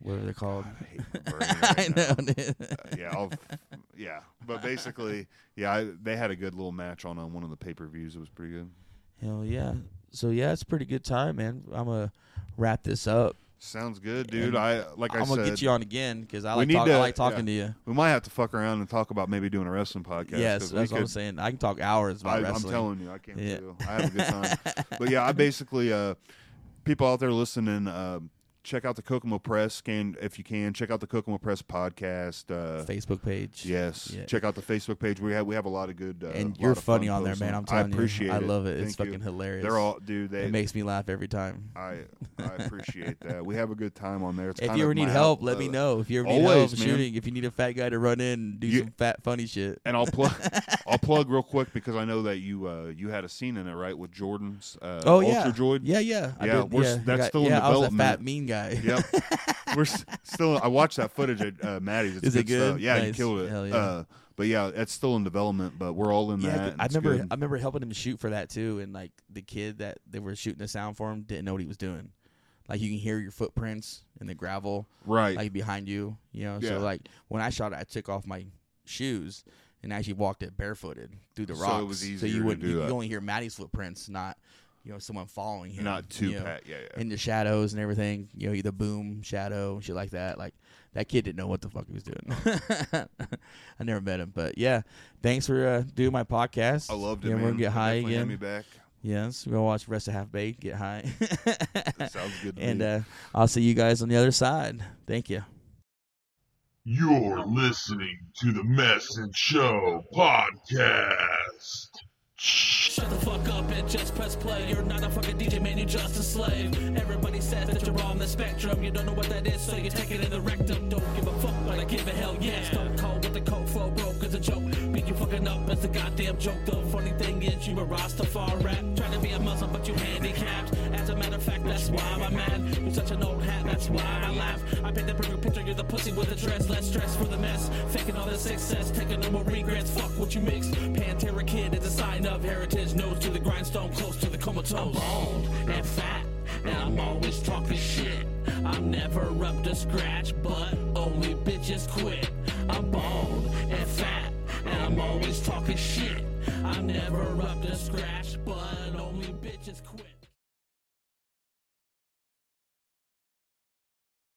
Speaker 1: what are they called?
Speaker 4: I hate my brain right
Speaker 1: I
Speaker 4: now.
Speaker 1: know. dude.
Speaker 4: Uh, yeah, I'll, yeah, but basically, yeah, I, they had a good little match on uh, one of the pay per views. It was pretty good.
Speaker 1: Hell yeah. So yeah, it's a pretty good time, man. I'm gonna wrap this up.
Speaker 4: Sounds good, dude.
Speaker 1: And
Speaker 4: I like I
Speaker 1: I'm gonna
Speaker 4: said,
Speaker 1: get you on again because I
Speaker 4: We
Speaker 1: like
Speaker 4: need
Speaker 1: talk, I
Speaker 4: to-
Speaker 1: like talking to you.
Speaker 4: we might have to fuck around and talk about maybe doing a wrestling podcast.
Speaker 1: yes,
Speaker 4: 'cause we
Speaker 1: that's what I'm
Speaker 4: could-
Speaker 1: saying. I can talk hours about
Speaker 4: I, I'm
Speaker 1: wrestling.
Speaker 4: telling you, I can't
Speaker 1: Yeah.
Speaker 4: do. I have a good time. but yeah, I basically uh, people out there listening, uh, check out the Kokomo Press. Scan if you can. Check out the Kokomo Press podcast. Uh,
Speaker 1: Facebook page.
Speaker 4: yes,
Speaker 1: Yeah.
Speaker 4: check out the Facebook page. We have we have a lot of good. Uh,
Speaker 1: and
Speaker 4: lot
Speaker 1: you're
Speaker 4: of fun
Speaker 1: funny on there,
Speaker 4: posts
Speaker 1: man. I'm telling
Speaker 4: I appreciate
Speaker 1: you, I love it. It's
Speaker 4: Thank you.
Speaker 1: fucking hilarious.
Speaker 4: They're all dude. They.
Speaker 1: it makes me laugh every time.
Speaker 4: I I appreciate that. We have a good time on there. It's
Speaker 1: If
Speaker 4: kind
Speaker 1: you
Speaker 4: of
Speaker 1: ever need
Speaker 4: my uh,
Speaker 1: help,
Speaker 4: outlet.
Speaker 1: let me know. If you ever need
Speaker 4: Always,
Speaker 1: help
Speaker 4: man.
Speaker 1: shooting, if you need a fat guy to run in and do
Speaker 4: You-
Speaker 1: some fat funny shit.
Speaker 4: And I'll plug. I'll plug real quick because I know that you uh, you had a scene in it, right, with Jordan's uh,
Speaker 1: Oh
Speaker 4: Ultra
Speaker 1: yeah,
Speaker 4: Droid.
Speaker 1: Yeah, yeah, I
Speaker 4: Yeah,
Speaker 1: did,
Speaker 4: we're s-
Speaker 1: yeah.
Speaker 4: that's
Speaker 1: I got-
Speaker 4: still in
Speaker 1: yeah, I was a fat
Speaker 4: development.
Speaker 1: mean guy.
Speaker 4: Yep. We're s- still. I watched that footage at uh, Maddie's. It's
Speaker 1: Is it
Speaker 4: Stuff.
Speaker 1: good?
Speaker 4: Yeah, he
Speaker 1: Nice.
Speaker 4: killed it.
Speaker 1: Hell yeah.
Speaker 4: Uh, but yeah, it's still in development. But we're all in
Speaker 1: Yeah,
Speaker 4: that.
Speaker 1: th-
Speaker 4: and
Speaker 1: I
Speaker 4: it's
Speaker 1: remember.
Speaker 4: good.
Speaker 1: I remember helping him shoot for that too, and like the kid that they were shooting the sound for him didn't know what he was doing. Like you can hear your footprints in the gravel,
Speaker 4: right.
Speaker 1: like behind you, you know.
Speaker 4: Yeah.
Speaker 1: So like when I shot it, I took off my shoes and actually walked it barefooted through the
Speaker 4: So it
Speaker 1: rocks.
Speaker 4: was
Speaker 1: so
Speaker 4: easier
Speaker 1: you
Speaker 4: to
Speaker 1: wouldn't.
Speaker 4: do
Speaker 1: you,
Speaker 4: that.
Speaker 1: you only hear Maddie's footprints, not you know someone following him.
Speaker 4: Not too
Speaker 1: you know,
Speaker 4: pat. Yeah, yeah.
Speaker 1: In the shadows and everything, you know, the boom shadow and shit like that. Like that kid didn't know what the fuck he was doing. I never met him, but yeah, thanks for uh, doing my podcast.
Speaker 4: I loved it.
Speaker 1: Yeah,
Speaker 4: man.
Speaker 1: we're gonna get
Speaker 4: It
Speaker 1: high
Speaker 4: definitely had
Speaker 1: again.
Speaker 4: Me back.
Speaker 1: Yes, we're gonna watch the rest of Half Baked, get high,
Speaker 4: Sounds good. To
Speaker 1: and
Speaker 4: me.
Speaker 1: uh, I'll see you guys on the other side. Thank you.
Speaker 2: You're listening to the Mess and Show podcast.
Speaker 3: Shut the fuck up and just press play. You're not a fucking DJ, man, you're just a slave. Everybody says that you're on the spectrum. You don't know what that is, so you take it in the rectum. Don't give a fuck, but I give a hell yeah. Stone cold with the cold flow broke as a joke. Beat you fucking up as a goddamn joke. The funny thing is, you a Rastafari rap. Trying to be a Muslim, but you handicapped. As a matter of fact, that's why I'm mad. You're such an old hat, that's why I laugh. I paint the perfect picture, you're the pussy with a dress. Less stress for the mess. Faking all the success, taking no more regrets. Fuck what you mix. Pantera kid is a sign of heritage. Nose to the grindstone, close to the comatose. I'm old and fat, and I'm always talking shit. I'm never up to scratch, but only bitches quit. I'm bald and fat, and I'm always talking shit. I'm never up to scratch, but only bitches quit.